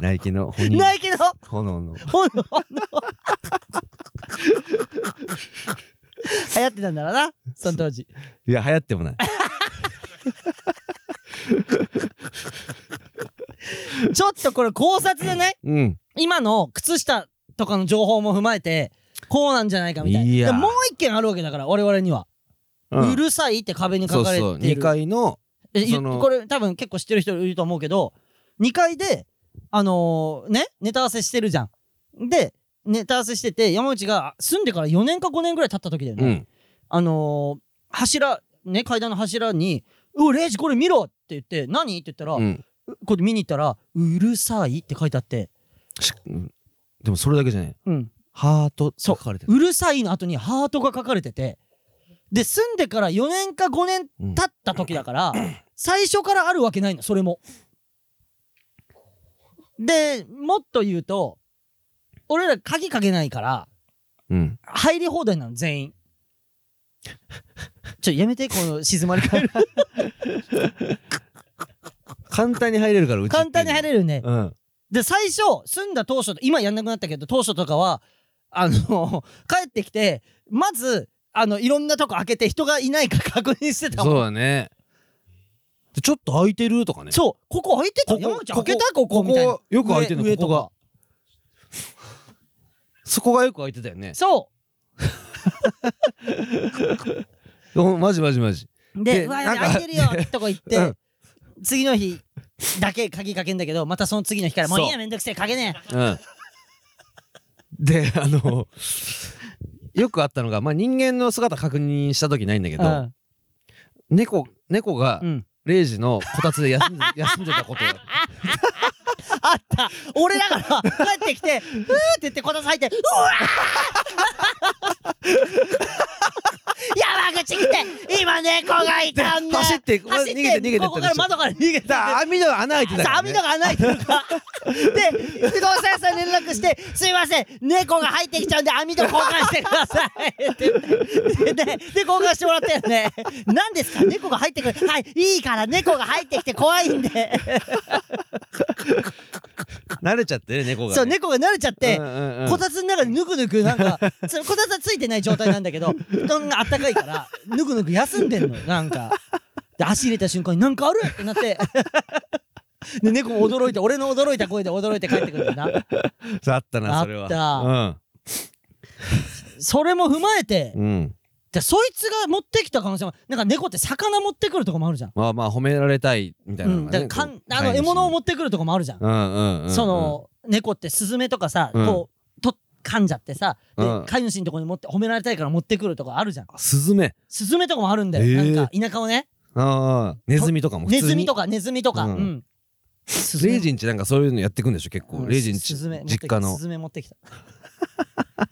C: ナイキの本人
A: ナイキの
C: 炎の
A: 炎の流行ってたんだろうなその当時
C: いや流行ってもない
A: ちょっとこれ考察でね
C: うん
A: 今の靴下とかの情報も踏まえてこうなんじゃないかみたいない
C: や
A: でももう一件あるわけだから我々には、
C: う
A: うんるさいって壁に
C: そ
A: 書
C: う
A: かれてる
C: そう2階の
A: えゆ
C: その
A: これ多分結構知ってる人いると思うけど2階であのーねネタ合わせしてるじゃんでネタ合わせしてて山内があ住んでから4年か5年ぐらい経った時だよね、
C: うん
A: あのー柱ね階段の柱に「うおレイジこれ見ろ!」って言って「何?」って言ったら、
C: うん
A: これ見に行ったら「うるさい」って書いてあって
C: しうんでもそれだけじゃない
A: うん
C: ハートって
A: そ
C: 書かれてる
A: うるさいの後にハートが書かれててで住んでから4年か5年
C: うん
A: 経った時だから、最初からあるわけないのそれもでもっと言うと俺ら鍵かけないから
C: うん
A: 入り放題なの全員ちょやめてこの静まり返る
C: 簡単に入れるからうち
A: 簡単に入
C: れ
A: れるね
C: うん
A: で最初住んだ当初と今やんなくなったけど当初とかはあの帰ってきてまずあのいろんなとこ開けて人がいないか確認してたもん
C: そうだねでちょっと空いてるとかね
A: そうここ開いてた
C: ここ
A: 山内
C: こ
A: 開
C: こ
A: けたここ
C: ここ
A: みたいな
C: よく開いてんの
A: 上上
C: ことこが
A: か
C: そこがよく空いてたよね
A: そ
C: うんマジマジマジ
A: うで
C: で
A: うわ
C: なんか
A: 開いてるよってとこ行って、
C: うん
A: 次の日だけ鍵かけんだけどまたその次の日からもういいやめんどくせえかけねえ
C: うんであのよくあったのが、まあ、人間の姿確認した時ないんだけど、
A: うん
C: 猫猫が
A: うん
C: 0時のこたつで休んで休んでた ことが
A: あった俺だから帰ってきて「うー」って言ってこたつ入って「うわー 山口来て今猫がいたんだ
C: 走ってま
A: 走って
C: 逃げて逃げてったでしょ
A: ここから窓から逃げてって
C: だ網戸穴開いてた
A: さ
C: か
A: あ
C: ら、
A: 網戸
C: ね、
A: が穴開いてる からで不動産屋さんに連絡して「すいません猫が入ってきちゃうんで網戸交換してください」って言ってででで交換してもらったよね「何ですか猫が入ってくるはいいいから猫が入ってきて怖いんで
C: 慣れちゃってね猫」が、ね、
A: そう猫が慣れちゃって
C: うんうんうん
A: こたつの中にぬくぬくなんかそのこたつはついてない状態なんだけど布団があったかいからぬくぬく休んでんのなんかで足入れた瞬間になんかあるってなってで猫も驚いて俺の驚いた声で驚いて帰ってくるんだな
C: そうあったなそれは
A: あそれも踏まえて
C: うん、うん、
A: でそいつが持ってきた可能性もなんか猫って魚持ってくるとこもあるじゃん、
C: まあまあ褒められたいみたいな
A: う
C: の
A: ん、
C: が
A: だ
C: ね、
A: からかん
C: こう
A: あの獲物を持ってくるとこもあるじゃん、
C: うんうんうん
A: その猫ってスズメとかさ、
C: うん
A: こうと噛んじゃってさで、
C: うん
A: 飼い主のとこに持って褒められたいから持ってくるとこあるじゃん
C: うんスズメ
A: スズメとかもあるんだよ、
C: へー
A: なんか田舎をね
C: ああネズミとかも普通
A: ネ
C: に
A: ズミとかネズミとかう、
C: うんん
A: スズメ
C: レイジンちなんかそういうのやってくんでしょ結構、
A: うん
C: レイジン
A: スズメ
C: ち実家の
A: スズメ持ってきた ダ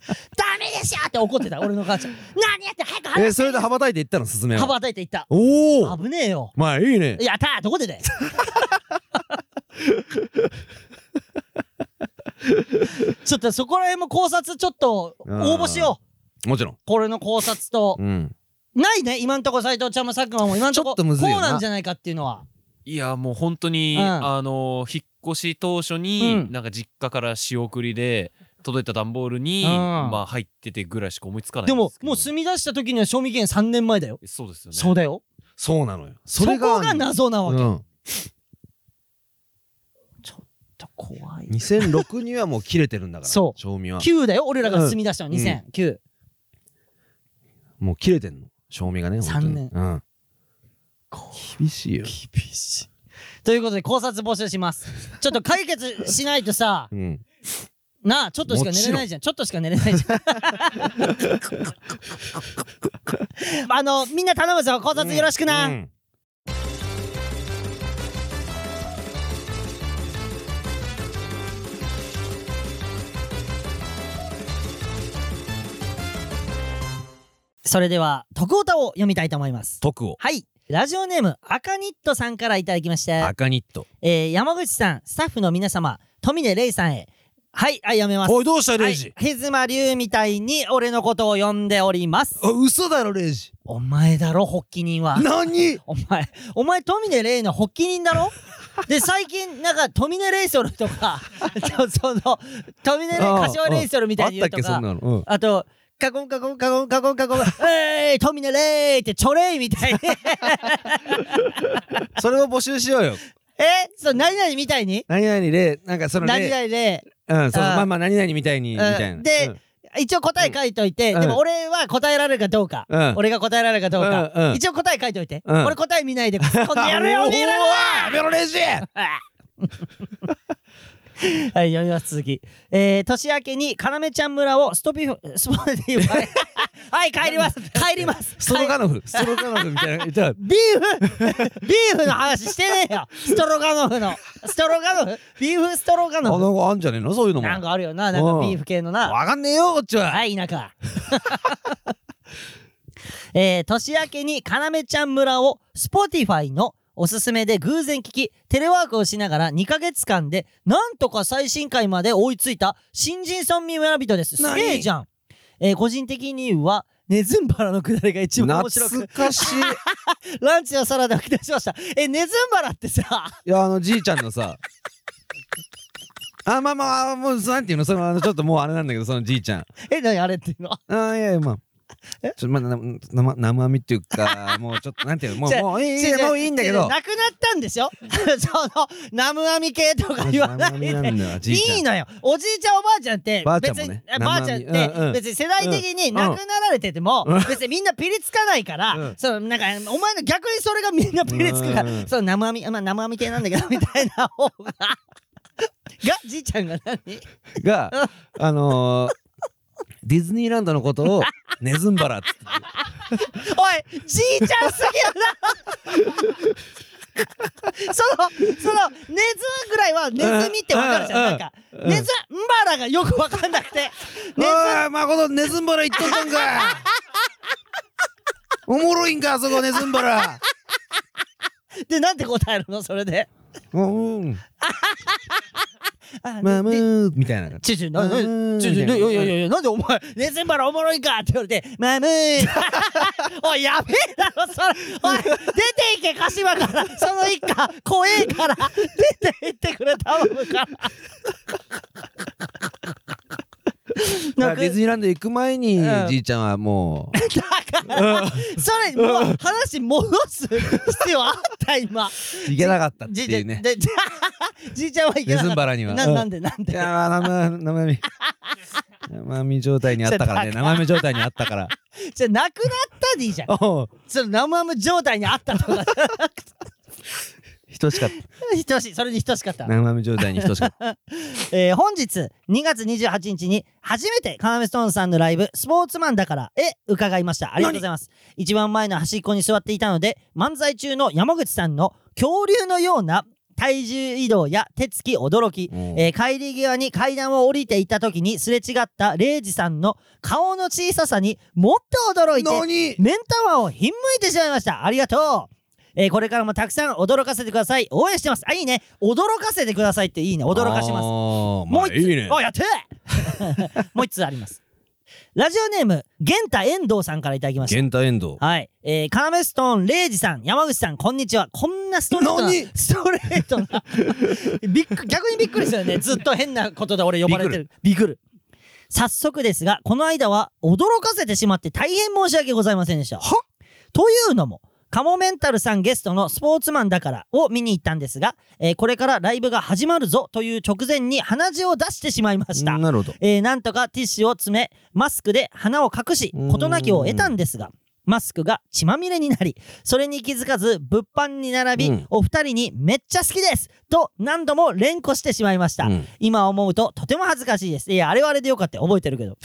A: メですよって怒ってた俺の母ちゃん何やって早く
C: え
A: 羽
C: それで羽ばたいていったのスズメは
A: ばたいていった
C: おお
A: 危ねえよ
C: まあいいね
A: やったーどこでだよちょっとそこら辺も考察ちょっと応募しよう
C: もちろん
A: これの考察と、
C: うん
A: ないね今んとこ斎藤ちゃんも佐久間も今んとこ
C: ちょっとむずいよ
A: こう
C: な
A: なんじゃないかっていうのはい
B: やもう本当に、
A: うん
B: あの引っ越し当初に、
A: うん
B: なんか実家から仕送りで届いた段ボールに、
A: うん
B: まあ入っててぐらいしか思いつかない
A: で
B: ん
A: も
B: すけど
A: もう住み出した時には賞味期限3年前だよ
B: そうですよね
A: そうだよ
C: そうなのよ
A: そ
C: それが
A: こが謎なわけ、
C: うん、
A: 怖い
C: 2006にはもう切れてるんだから
A: そう
C: 賞味は
A: 9だよ俺らが住み出したの
C: うん
A: 2009、
C: もう切れてんの賞味がね本当に
A: 三年
C: うん厳しいよ
A: 厳しいということで考察募集します。ちょっと解決しないとさ、
C: うん。
A: なあ、ちょっとしか寝れないじゃん。ちょっとしか寝れないじゃん。あの、みんな頼むぞ、考察よろしくな。
C: うん
A: それでは、徳歌を読みたいと思います。
C: 徳を。
A: はい。ラジオネーム、赤ニットさんからいただきました。
C: 赤ニット。
A: えー、山口さん、スタッフの皆様、富根玲さんへ。はい、あ、読めます。
C: おい、どうした、
A: は
C: レ
A: い
C: イジ。、
A: ヘズマ龍みたいに俺のことを呼んでおります。
C: あ、嘘だろ、レイジ。
A: お前だろ、発起人は。
C: 何
A: お前、お前、富根玲の発起人だ ろで、最近、なんか、富根レイソルとか、そその、富根レイ、
C: ああ
A: 柏レイソルみたいに言
C: あっ
A: う
C: た
A: と
C: っけ、そ
A: か
C: ん、なの。うん
A: あと、カゴンカゴンカゴンカゴンカゴン、えーい、富根レイって、チョレイみ たいに。
C: それを募集し ようよ。
A: えそう、何々みたいに
C: 何々で、なんかその
A: 何
C: ね、
A: 々で、
C: うん、その
A: あー
C: まあまあ何々みたいに、み
A: うん
C: たいな。
A: で
C: うん
A: 一応答え書いといて、
C: うん
A: でも俺は答えられるかどうか、
C: うん
A: 俺が答えられるかどうか、
C: うんうん
A: 一応答え書いといて、
C: うん
A: 俺答え見ないでこんなやるよ
C: おー
A: おめえら
C: うわ
A: は
C: ーやめろ、レイジ
A: はい、読みます、続き。えー、年明けに、かなめちゃん村をストピフ、スポーティファイ はい、帰ります。帰ります。
C: ストロガ
A: ノ
C: ノフ、ストロガノフみた いな。言ったら
A: ビーフ ビーフの話してねえよ。ストロガノフの。ストロガノフビーフストロガ
C: あ、
A: ノ
C: なんかあんじゃねえのそういうの
A: フ。
C: も。
A: なんかあるよな、なんかビーフ系のな。
C: わかんねえよ、こっちは。
A: はい、田舎。 えー、年明けに、かなめちゃん村を、Spotify のおすすめで偶然聞き、テレワークをしながら2ヶ月間で、なんとか最新回まで追いついた、新人村民村人です。す
C: 何
A: げえじゃん。えー、個人的には、ネズンバラのくだりが一番面白く、
C: 懐かしい。
A: ランチのサラダを出しました。え、ネズンバラってさ、
C: いや、あの、じいちゃんのさ、あ、まあまあ、もう、なんていうの、その、あのちょっともうあれなんだけど、そのじいちゃん。
A: え、何あれっていうの
C: あいやいや、まあ。ちょっとまあ、な生生身っていうか、もうちょっと、なんていうの、もう、
A: じゃあ
C: もういいい
A: 違う違
C: や、
A: う
C: もういいんだけ
A: 違う違
C: ど
A: う。なくなったんでしょ その、ナムアミ系とか言わない
C: 生身な
A: で。
C: んだよ、じいちゃん。
A: いいのよおじいちゃんおばあちゃんって
C: ばあちゃん
A: 別
C: も
A: に
C: ね
A: えばあちゃんっ
C: 生身うんう
A: て
C: ん
A: 別に世代的に
C: うん
A: 亡くなられてても
C: うん
A: 別にみんなピリつかないか
C: う
A: ら
C: ん
A: そのなんかお前の逆にそれがみんなピリつくか
C: うんう
A: ら
C: ん
A: その生網まあ生網系なんだ けどみたいな方ががじいちゃんが何
C: が、あのー、ディズニーランドのことをネズンバラっつって
A: おいじいちゃんすぎるなそのそのネズぐらいはネズミってわかるじゃん
C: うん
A: な
C: うんん
A: か
C: ん
A: ネズンバラがよくわかんなくてネズ
C: おい誠ネズンバラ言っとったんかいおもろいんかあそこネズンバラ
A: でなんて答えるのそれで
C: うん
A: あ
C: マムーみたいな
A: ちゅちゅ、な、な、ち
C: うん
A: ゅちゅ、いやいやいやいや、なんでお前、熱線バラおもろいかって言われて、まむー い。おい、やべえだろ、それ。おい、出ていけ、鹿島から。その一家、怖えから。出て行ってくれ、頼むから。
C: ま
A: な
C: あ
A: んか
C: ディズニーランド行く前に
A: うん
C: じいちゃんはも
A: だから、それ、もう、話戻す必要あった、今。
C: う行けなかったって
A: じい
C: い
A: ちゃ、
C: うんね
A: でじ じいちゃんはいけな
C: ネ
A: か
C: ズン
A: った。
C: バラには
A: ななんで、なん
C: い
A: で。
C: やー生生身生身状態にあったからね
A: ちょ
C: 生身状態にあったから
A: じゃ、なくなったでいいじゃん。
C: おう
A: その、生ハム状態にあったと か。
C: 等しかった
A: 等しいそれに等しかった、
C: 生身状態に等しかった
A: えー本日2月28日に初めてカナメストーンさんのライブ「スポーツマンだから」へ伺いましたありがとうございます一番前の端っこに座っていたので漫才中の山口さんの恐竜のような体重移動や手つき驚き、
C: うん
A: えー帰り際に階段を降りていった時にすれ違ったレイジさんの顔の小ささにもっと驚いて
C: 何
A: メンタワーをひんむいてしまいました。ありがとう。えーこれからもたくさん驚かせてください。応援してます。あ、いいね。驚かせてくださいっていいね。驚かします。
C: も
A: もう
C: い
A: 一
C: い
A: つ。
C: ね
A: お、 やってもう一つあります。ラジオネーム、玄太遠藤さんからいただきました。
C: ゲンタエンドウ
A: はい。えー、カナメストーン、レイジさん、山口さん、こんにちは。こんなストレートな
C: 何、
A: ストレートな、びっく逆にびっくりしたよね。ずっと変なことで俺呼ばれてる。びっくる。早速ですが、この間は驚かせてしまって大変申し訳ございませんでした。はというのも、カモメンタルさんゲストのスポーツマンだからを見に行ったんですが、えーこれからライブが始まるぞという直前に鼻血を出してしまいました。
C: なるほど
A: えーなんとかティッシュを詰めマスクで鼻を隠し
C: うーん
A: 事なきを得たんですがマスクが血まみれになりそれに気づかず物販に並び、
C: うん
A: お二人に「めっちゃ好きです!」と何度も連呼してしまいました、
C: うん
A: 今思うととても恥ずかしいです。いや、あれはあれでよかったよ。覚えて るけど。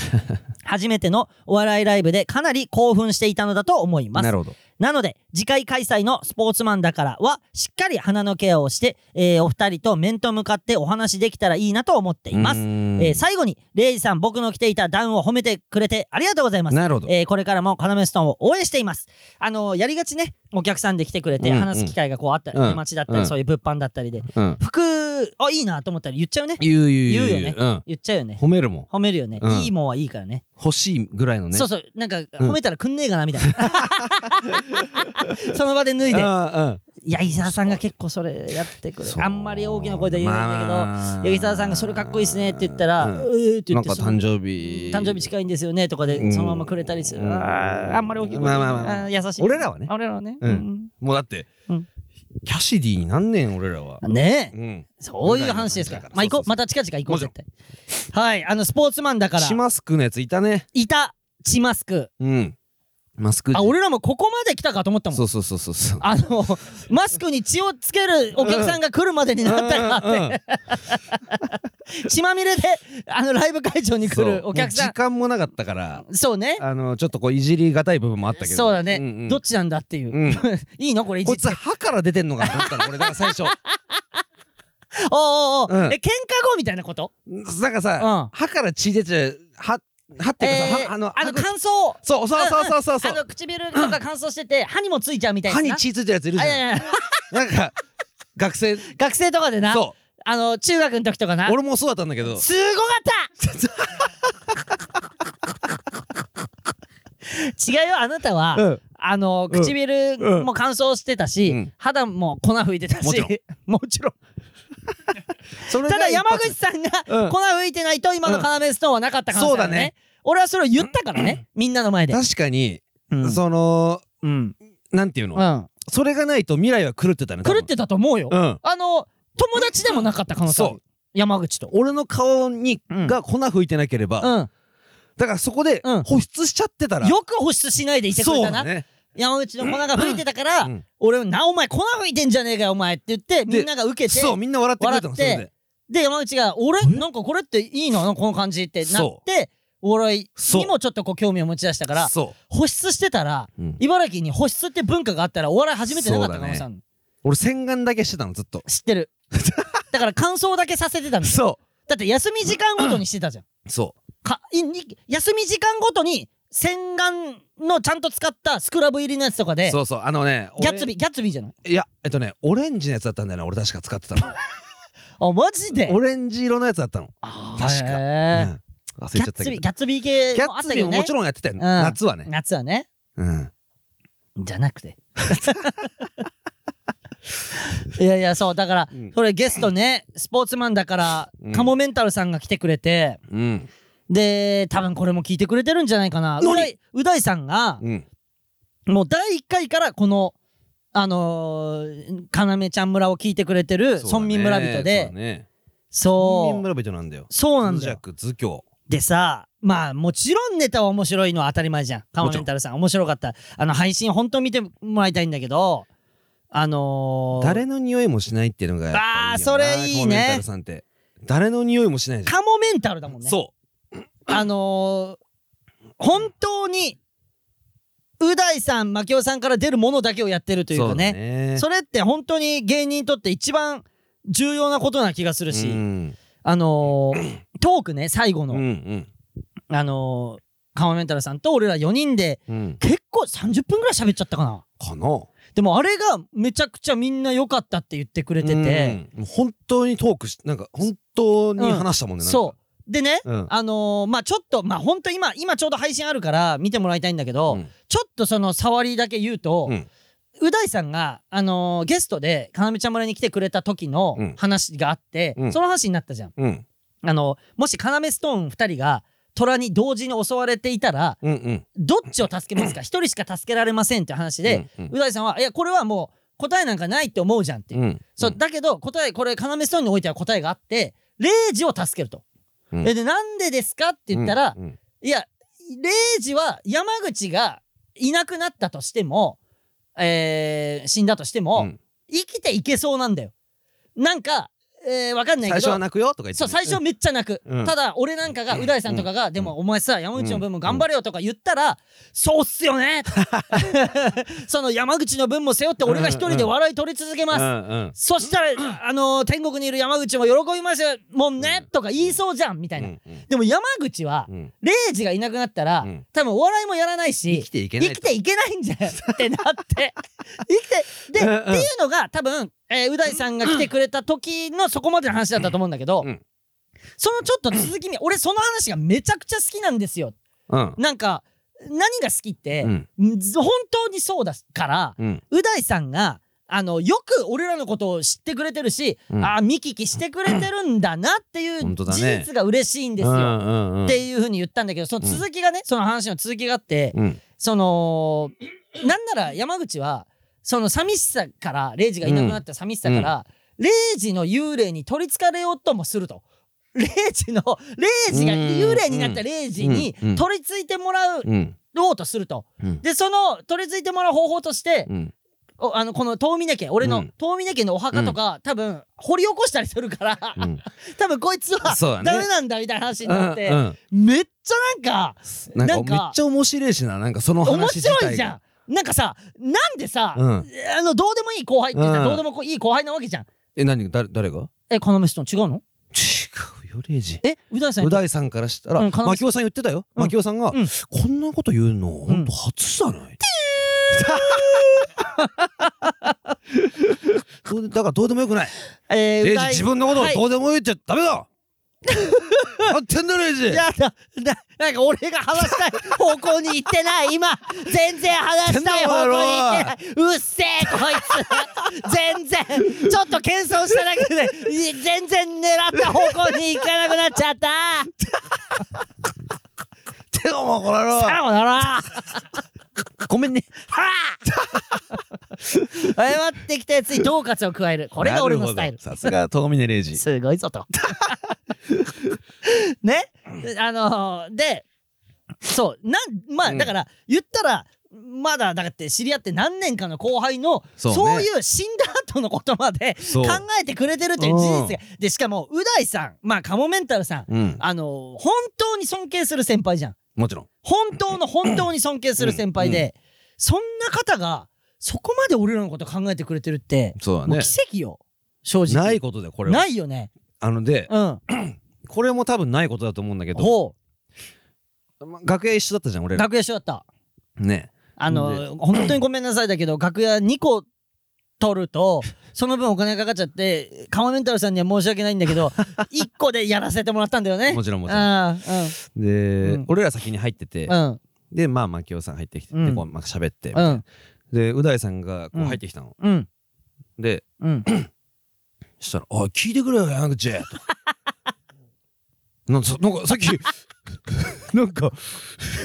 A: 初めてのお笑いライブでかなり興奮していたのだと思います。
C: な
A: な
C: るほど。
A: ので、次回開催のスポーツマンだからは、しっかり鼻のケアをして、えーお二人と面と向かってお話できたらいいなと思っています。
C: うー
A: え
C: ん
A: ー最後に、レイジさん、僕の着ていたダウンを褒めてくれてありがとうございます。
C: なるほど。
A: えーこれからも要ストーンを応援しています。あのーやりがちね、お客さんで来てくれて
C: うんうん
A: 話す機会がこうあったり、
C: うん
A: 出待ちだったり、
C: うん
A: そういう物販だったりで、
C: うん。
A: 服、あ、いいなと思ったら言っちゃうね。
C: 言う言
A: 言
C: う
A: うよね
C: うん。
A: 言っちゃうよね
C: 褒めるもん。
A: 褒めるよね、
C: うん
A: いいもんはいいからね
C: 欲しいぐらいのね。
A: そうそうなんか褒めたらくんねえかなみたいな、 その場で脱いで
C: あ
A: 八木沢さんが結構それやってく
C: ー
A: る
C: うん。
A: あんまり大きな声で言えないんだけど、
C: だ
A: 八木沢さんが「それかっこいいっすね」って言ったら「う
C: うん
A: ー」って言
C: な
A: っ
C: ん
A: て
C: か
A: その
C: 誕生日。
A: 誕生日近いんですよねとかで
C: うん
A: そのままくれたりする、
C: うん
A: あーあんまり大きい声で、
C: まあまあまあまあ
A: ー優しい
C: 俺らはね
A: あ俺らはね、
C: うん
A: うん
C: もうだって
A: うん、
C: キャシディになんねん、俺らは。
A: ねえ
C: うん。
A: そういう話ですから
C: そうそうそう
A: まあ行こうまた近々行こう絶対はいあのスポーツマンだから
C: シマスクのやついたね。
A: いたチマスク
C: うん。マスク。
A: あ俺らもここまで来たかと思ったもん
C: そうそうそうそうそう。
A: あの、マスクに血をつけるお客さんが来るまでになったらって、
C: うんうん
A: 血まみれで、あの、ライブ会場に来る
C: そう
A: お客さ
C: もう時間もなかったから、
A: ん。そうね。
C: あの、ちょっとこう、いじりがたい部分もあったけど。
A: そうだね、
C: んん
A: どっちなんだって いう。
C: うん
A: いいのこれ、
C: こい
A: 一
C: つ歯から出てんのかなと思ったの俺だから最初
A: おうおうおう、
C: うん
A: え、喧嘩後みたいなこと
C: なんかさ、歯から血出ちゃう歯歯っていうかさ、
A: えー
C: 歯あの
A: あの、
C: 歯
A: 乾燥。
C: そうそうそうそうそうそ
A: あの、
C: う
A: 唇とか乾燥してて、歯にもついちゃうみたいな。
C: 歯に血ついてるやついるじ
A: あい
C: ゃん
A: やいや
C: なんか学生
A: 学生とかでな、
C: そ
A: あの、中学の時とかな
C: う。俺もそうだったんだけど
A: すごかった違うよあなたは、
C: うん
A: あの
C: うん
A: 唇
C: うん
A: も乾燥してたし、
C: うん
A: 肌も粉吹いてたし
C: もちろん
A: もちろん
C: それが
A: ただ
C: 一発
A: 山口さんが
C: うん
A: 粉吹いてないと今の
C: うん
A: 要ストーンはなかったから
C: そうだね
A: 俺はそれを言ったからね、みんなの前で
C: 確かに
A: うん
C: その
A: うん
C: なんていう
A: う
C: の
A: ん
C: それがないと未来は狂ってたね多分
A: 狂ってたと思うよ、
C: うん
A: あの友達でもなかった可能性ある
C: そう
A: 山口と
C: 俺の顔に
A: うん
C: が粉吹いてなけれ
A: う
C: ば
A: ん
C: だからそこで
A: うん
C: 保湿しちゃってたら
A: よく保湿しないでいてくれ
C: そう
A: たな
C: だね
A: 山内の粉が吹いてたから、
C: うん
A: 俺はなお前粉吹いてんじゃねえかよお前って言ってみんなが受けて
C: そうみんな笑ってくれたのそれ
A: 笑
C: で
A: で山内が「俺なんかこれっていいのこの感じ」ってなってお笑いにもちょっとこう興味を持ち出したから
C: そ
A: 保湿してたら
C: ううん
A: 茨城に保湿って文化があったらお笑い始めてなかったかもしれない
C: 俺洗顔だけしてたのずっと
A: 知ってるだから乾燥だけさせてたんだよ
C: そ
A: だって休み時間ごとにしてたじゃん
C: うそ
A: かいに休み時間ごとに洗顔のちゃんと使ったスクラブ入りのやつとか
C: う
A: で
C: そうそうあのね
A: ギャッツビ
C: ビ
A: ーギャッツビーじゃない
C: いやえっとねオレンジのやつだったんだよな俺確か使ってたの
A: あマジで
C: オレンジ色のやつだったの
A: あー
C: 確か
A: へー
C: うん忘
A: ギ
C: れ
A: ャ
C: ちゃっ
A: ッ
C: た
A: ツビ
C: け
A: ー、
C: ど
A: ギャッツビー系
C: ギャ
A: もあ
C: ッ
A: っ
C: ツ
A: た
C: ビ
A: け
C: ー
A: ど
C: も
A: ね。
C: もちろんやってたよ
A: ん
C: 夏はね
A: 夏はね、
C: うん
A: じゃなくて。 いやいや、そう、だから、
C: うん
A: それゲストね、スポーツマンだから、
C: うん
A: カモメンタルさんが来てくれて、
C: うん
A: で、多分これも聞いてくれてるんじゃないかな。う
C: 何
A: だいうだいさんが、
C: うん
A: もう第1回からこの、あのー、かなめちゃん村を聞いてくれてる、村民村人
C: そうだ
A: で、
C: ね村民
A: そう、
C: 村人なんだよ
A: そうなん
C: ズ
A: だ
C: ジャ
A: よ。
C: ク図教
A: でさまあもちろんネタは面白いのは当たり前じゃんカモメンタルさん面白かったあの配信本当見てもらいたいんだけどあのー、
C: 誰の匂いもしないっていうのがやっぱいいよな
A: あーそれいいね
C: コメンタルさんって誰の匂いもしないじゃ
A: カモメンタルだもん
C: ん
A: ね
C: そ
A: あのー、本当にう大さん槙尾さんから出るものだけをやってる
C: う
A: というか
C: そうだ
A: ね
C: ね
A: それって本当に芸人にとって一番重要なことな気がするし、
C: うん
A: あのー、トークね最後
C: う
A: の、
C: んうん
A: あのー、カモメンタルさんと俺ら4人で
C: うん
A: 結構30分ぐらい喋っちゃったかな
C: かな
A: でもあれがめちゃくちゃみんな良かったって言ってくれてて、
C: うんもう本当にトークしなんか本当に話したもんね、なんか
A: そうでね、
C: うん
A: あのーまあちょっとまあ本当今今ちょうど配信あるから見てもらいたいんだけど、
C: うん
A: ちょっとその触りだけ言うと、
C: うん
A: う大さんが、あのーゲストで「かなめちゃん村」に来てくれた時の
C: うん
A: 話があって、
C: うん
A: その話になったじゃん。
C: うん
A: あのもしかなめストーン2人が虎に同時に襲われていたら
C: うんうん
A: どっちを助け ますか一人しか助けられませんって話で、
C: うん
A: う大さんは「いやこれはもう答えなんかないって思うじゃん」って
C: うんうん
A: そう、だけど答えこれ要ストーンにおいては答えがあってレイジを助けると。
C: うん
A: えでなんでですかって言ったら、
C: うんうん
A: いやレイジは山口がいなくなったとしても、えー死んだとしても、
C: うん
A: 生きていけそうなんだよ。なんか、えーわかんない
C: 最
A: けど。
C: 初は泣くよとか言って
A: そう最初めっちゃ泣く、
C: うん
A: ただ俺なんかがう大さんとかが、でもお前さ山口の分も頑張れよとか言ったら、そうっすよ ねその山口の分も背負って俺が一人で笑い取り続けます、
C: うんうん
A: そした ら、あのー天国にいる山口も喜びますもんね、
C: うん
A: とか言いそうじゃんみたいな、
C: うん
A: でも山口は
C: うんうん
A: レイジがいなくなったら、
C: うん
A: 多分お笑いもやらないし
C: 生きていけない
A: 生きていけないんじゃないってなって 生きてで、
C: うんうん
A: っていうのが多分えーう大、さんが来てくれた時のそこまでの話だったと思うんだけど、
C: うん
A: そのちょっと続きに俺その話がめちゃくちゃ好きなんですよ
C: うん
A: なんか何が好きって、
C: うん
A: ん本当にそうだから
C: うん
A: う大、さんがあのよく俺らのことを知ってくれてるし、
C: うん
A: ああ見聞きしてくれてるんだなっていう
C: 本当
A: 事
C: だね
A: 実が嬉しいんですよ。
C: うんうんうん
A: っていうふうに言ったんだけどその続きがね、その話の続きがあって、
C: うん
A: そのなんなら山口はその寂しさからレイジがいなくなった寂しさから、レイジの幽霊に取りつかれようともすると。レイジのレイジが
C: うん
A: 幽霊になったレイジに
C: うん
A: 取り付いてもらう
C: うん
A: おうとすると、
C: うん
A: でその取り付いてもらう方法として、
C: うん
A: おあのこの遠峰家俺
C: う
A: の
C: ん
A: 遠峰家のお墓とか、多分掘り起こしたりするから、
C: うん
A: 多分こいつは
C: そうだね
A: ダメなんだみたいな話になって、
C: うんうん
A: めっちゃなんか
C: なん
A: な
C: か
A: んか
C: めっちゃ面白いしななんかその
A: 面
C: 話自体が
A: 白いじゃんなんかさなんでさ、
C: うん
A: あのどうでもいい後輩って言ったら
C: うん
A: どうでもこういい後輩なわけじゃん
C: え何誰誰が
A: え要飯と違うの
C: 違うよレイジ
A: え宇大さん
C: う大さんからしたら、
A: うん金
C: マキオさん言ってたよ、
A: うん
C: マキオさんが、
A: うん
C: こんなこと言うのほんと初じゃない、それでだからどうでもよくない
A: えー
C: レイ
A: う
C: ジ
A: 大
C: 自分のことを
A: はい
C: どうでもいいってダメ だなってんだレイジ
A: やだななんか俺が話したい方向に行ってない今全然話したい方向に行ってないうっせえこいつ全然ちょっと謙遜しただけでい全然狙った方向に行かなくなっちゃった
C: てかもうこれろ
A: さよなら
C: ごめんね
A: はあ 謝ってきたやつに恫喝を加えるこれが俺のスタイル
C: なるほどさすが遠峰レイジ
A: すごいぞと ねあのーでそうなんまあ
C: うん
A: だから言ったらまだだって知り合って何年かの後輩の
C: そ
A: そうう,、
C: ね
A: いう死んだ後のことまで
C: そう
A: 考えてくれてるという事実がでしかもう大さんまあカモメンタルさん
C: うん
A: あのー本当に尊敬する先輩じゃん
C: もちろん
A: 本当の本当に尊敬する先輩で、そんな方がそこまで俺らのこと考えてくれてるって、
C: そうだ
A: もう
C: ね
A: 奇跡よ正直
C: ないことだよこれは
A: ないよね
C: あので
A: うん
C: これも多分ないことだと思うんだけど
A: ほ
C: ま楽屋一緒だったじゃん
A: う
C: 俺ら
A: 楽屋一緒だった
C: ね
A: あの本当にごめんなさいだけど楽屋2個取るとその分お金かかっちゃってカマメンタルさんには申し訳ないんだ けど1個でやらせてもらったんだよね
C: もちろんもちろん
A: ああ
C: で、
A: うん
C: 俺ら先に入ってて、
A: うん
C: でまあ牧雄さん入ってきて、
A: うん
C: でこうまあ喋って、
A: うんうん
C: でう大さんがこ
A: う
C: うん入ってきたの、
A: うん
C: で
A: うん
C: そしたら「おい聞いてくれよ山口」となんかさなんか さっきなんか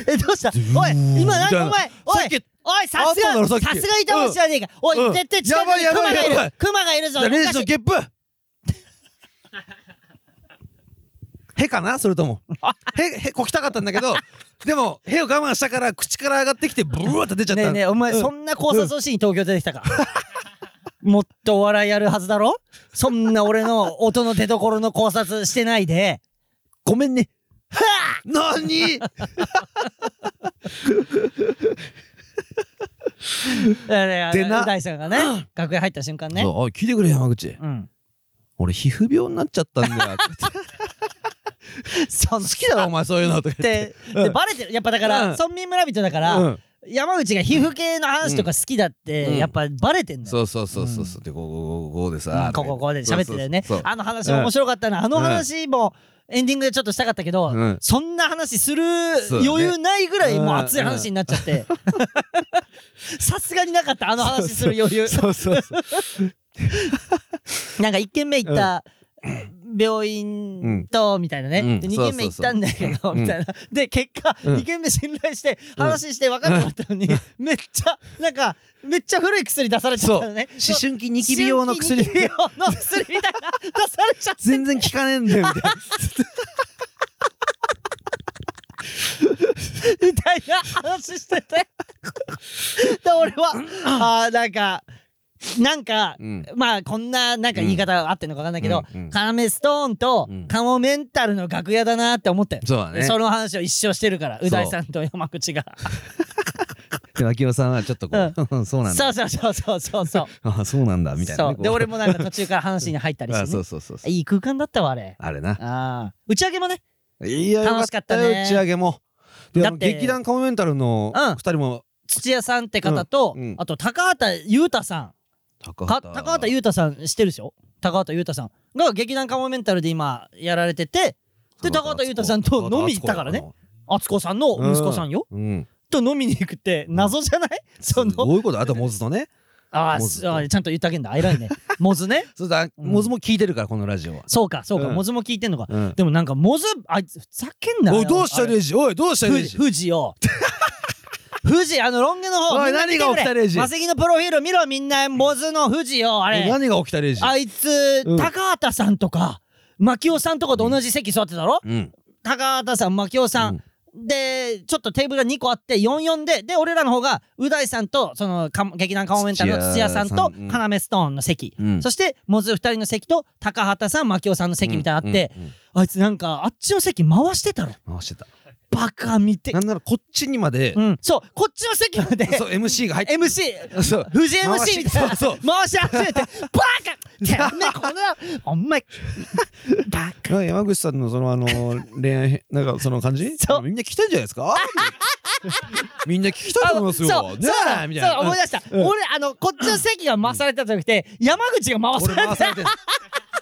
A: えどうしたおい今何お前お
C: さ
A: い
C: っき
A: おいさす
C: あっただろさ
A: が
C: っき
A: さすが板橋じゃねえか、お
C: う
A: い
C: ん
A: 絶対近くに
C: やばいや
A: 熊が
C: ばいやば
A: い
C: い
A: る熊がいるぞ
C: レジ
A: お
C: の
A: かしい
C: ゲップへかなそれともへへこきたかったんだけどでもへを我慢したから口から上がってきてブワーって出ちゃった
A: ねえねえお前
C: うん
A: そんな考察をしに東京出てきたかもっとお笑いやるはずだろそんな俺の音の出所の考察してないで
C: ごめんね 何
A: で
C: な
A: 大さんがね楽屋入った瞬間ね
C: そうおい聞いてくれ山口
A: うん
C: 俺皮膚病になっちゃったんだよ
A: その
C: 好きだろお前そういうのとか言って
A: ででバレてるやっぱだから
C: うん
A: 村民村人だか
C: う
A: ら
C: ん
A: 山口が皮膚系の話とか好きだっ
C: うん
A: てやっぱバレてんだよ
C: そうそうそうそうそうでこうこうこうこうで
A: う
C: さ
A: んここここで喋ってたよね
C: そうそうそう
A: あの話も面白かったなあの話もエンディングでちょっとしたかったけど
C: うん
A: そんな話する
C: そうだね
A: 余裕ないぐらいもう熱い
C: うんうん
A: 話になっちゃって さすがになかったあの話する余 裕
C: そうそうそう
A: なんか1軒目行った病院とみたいなね、
C: うん
A: で
C: うん
A: 2軒目行ったんだけど
C: うん
A: みたいなで結果
C: うん
A: 2軒目信頼して
C: うん
A: 話して分かんなかったのにめっちゃなんかめっちゃ古い薬出されちゃったのね
C: 思春期ニキビ用の薬
A: ニキビ用の薬みたいな出されちゃって
C: 全然効かねえん だよみたいな
A: みたいな話しててで俺はあーなんかなんか
C: うん
A: まあこんななんか言い方合ってんのか分かんないけど、
C: うんうん
A: カラメストーンと
C: うん
A: カモメンタルの楽屋だなって思ったよ、
C: そうだね
A: その話を一生してるから
C: う
A: う大さんと山口が
C: で脇尾さんはちょっとこう、そうなん
A: そ
C: だ
A: うそうそうそうそうそう
C: あそうなんだみたいな
A: そ
C: ね
A: うで
C: こう
A: 俺もなんか途中から話に入ったりして、
C: あ
A: ね、
C: そうそうそうそう
A: いい空間だったわあれ
C: あれな
A: ああ打ち上げもね
C: いや
A: 楽しかったね
C: よったよ打ち上げもで
A: だ
C: あ
A: っ
C: の
A: て
C: 劇団カモメンタルの
A: うん
C: 二人も
A: 土屋さんって方と、
C: うんうん
A: あと高畑裕太さん
C: 高
A: か高畑裕太さん知ってるでしょ高畑裕太さんが劇団カモメンタルで今やられててで高畑裕太さんと飲み行ったからね敦子さんの息子さんよ、
C: うん
A: と飲みに行くって謎じゃない、 そ
C: ど
A: の
C: ういうことあとモズとね
A: ああ
C: モズ
A: すあーちゃんと言ってあげんだ偉 いねモズね
C: そうだモズも聞いてるからこのラジオは
A: そうかそうか、
C: うん
A: モズも聞いてんのか
C: うん
A: でもなんかモズあいつふざけんなよ
C: おいどうした
A: あれ
C: レイジおいどうしたレ
A: 富士
C: イジ
A: 富士 よ富士あのロン毛の方
C: おい
A: みんな見てく
C: 何が
A: れ
C: 起きたレジ
A: マセキのプロフィール見ろみんなモズの富士よあれ
C: 何が起きたレイジ
A: あいつ、
C: うん
A: 高畑さんとか牧雄さんとかと同じ席座ってたろ、
C: うん
A: 高畑さん牧雄さん、でちょっとテーブルが2個あって44でで俺らの方がう大さんとそのか劇団カモメンタルの土屋さんと
C: 土屋さんうん
A: 花芽ストーンの席、
C: うん
A: そしてモズ2人の席と高畑さん牧雄さんの席みたいなのあって、
C: うんうん
A: あいつなんかあっちの席回してたろ
C: 回してた
A: バカ見て
C: なんならこっちにまで
A: うん、そうこっちの席まで
C: そう MC が 入って
A: MC
C: そう
A: 藤井 MC みたいな
C: そうそう
A: 回し始めて バカてめえこのお前バカ
C: なんか山口さんのそのあの 恋愛なんかその感じ
A: そう
C: みんな来てんじゃないで すかみんな聞きたいと思いますよ
A: そう
C: ね
A: そう
C: えみたい
A: そう
C: な
A: 思い出した、
C: うん
A: 俺あのこっちの席が回されたじゃなくて、山口が回
C: 俺
A: され
C: 回
A: た
C: され てる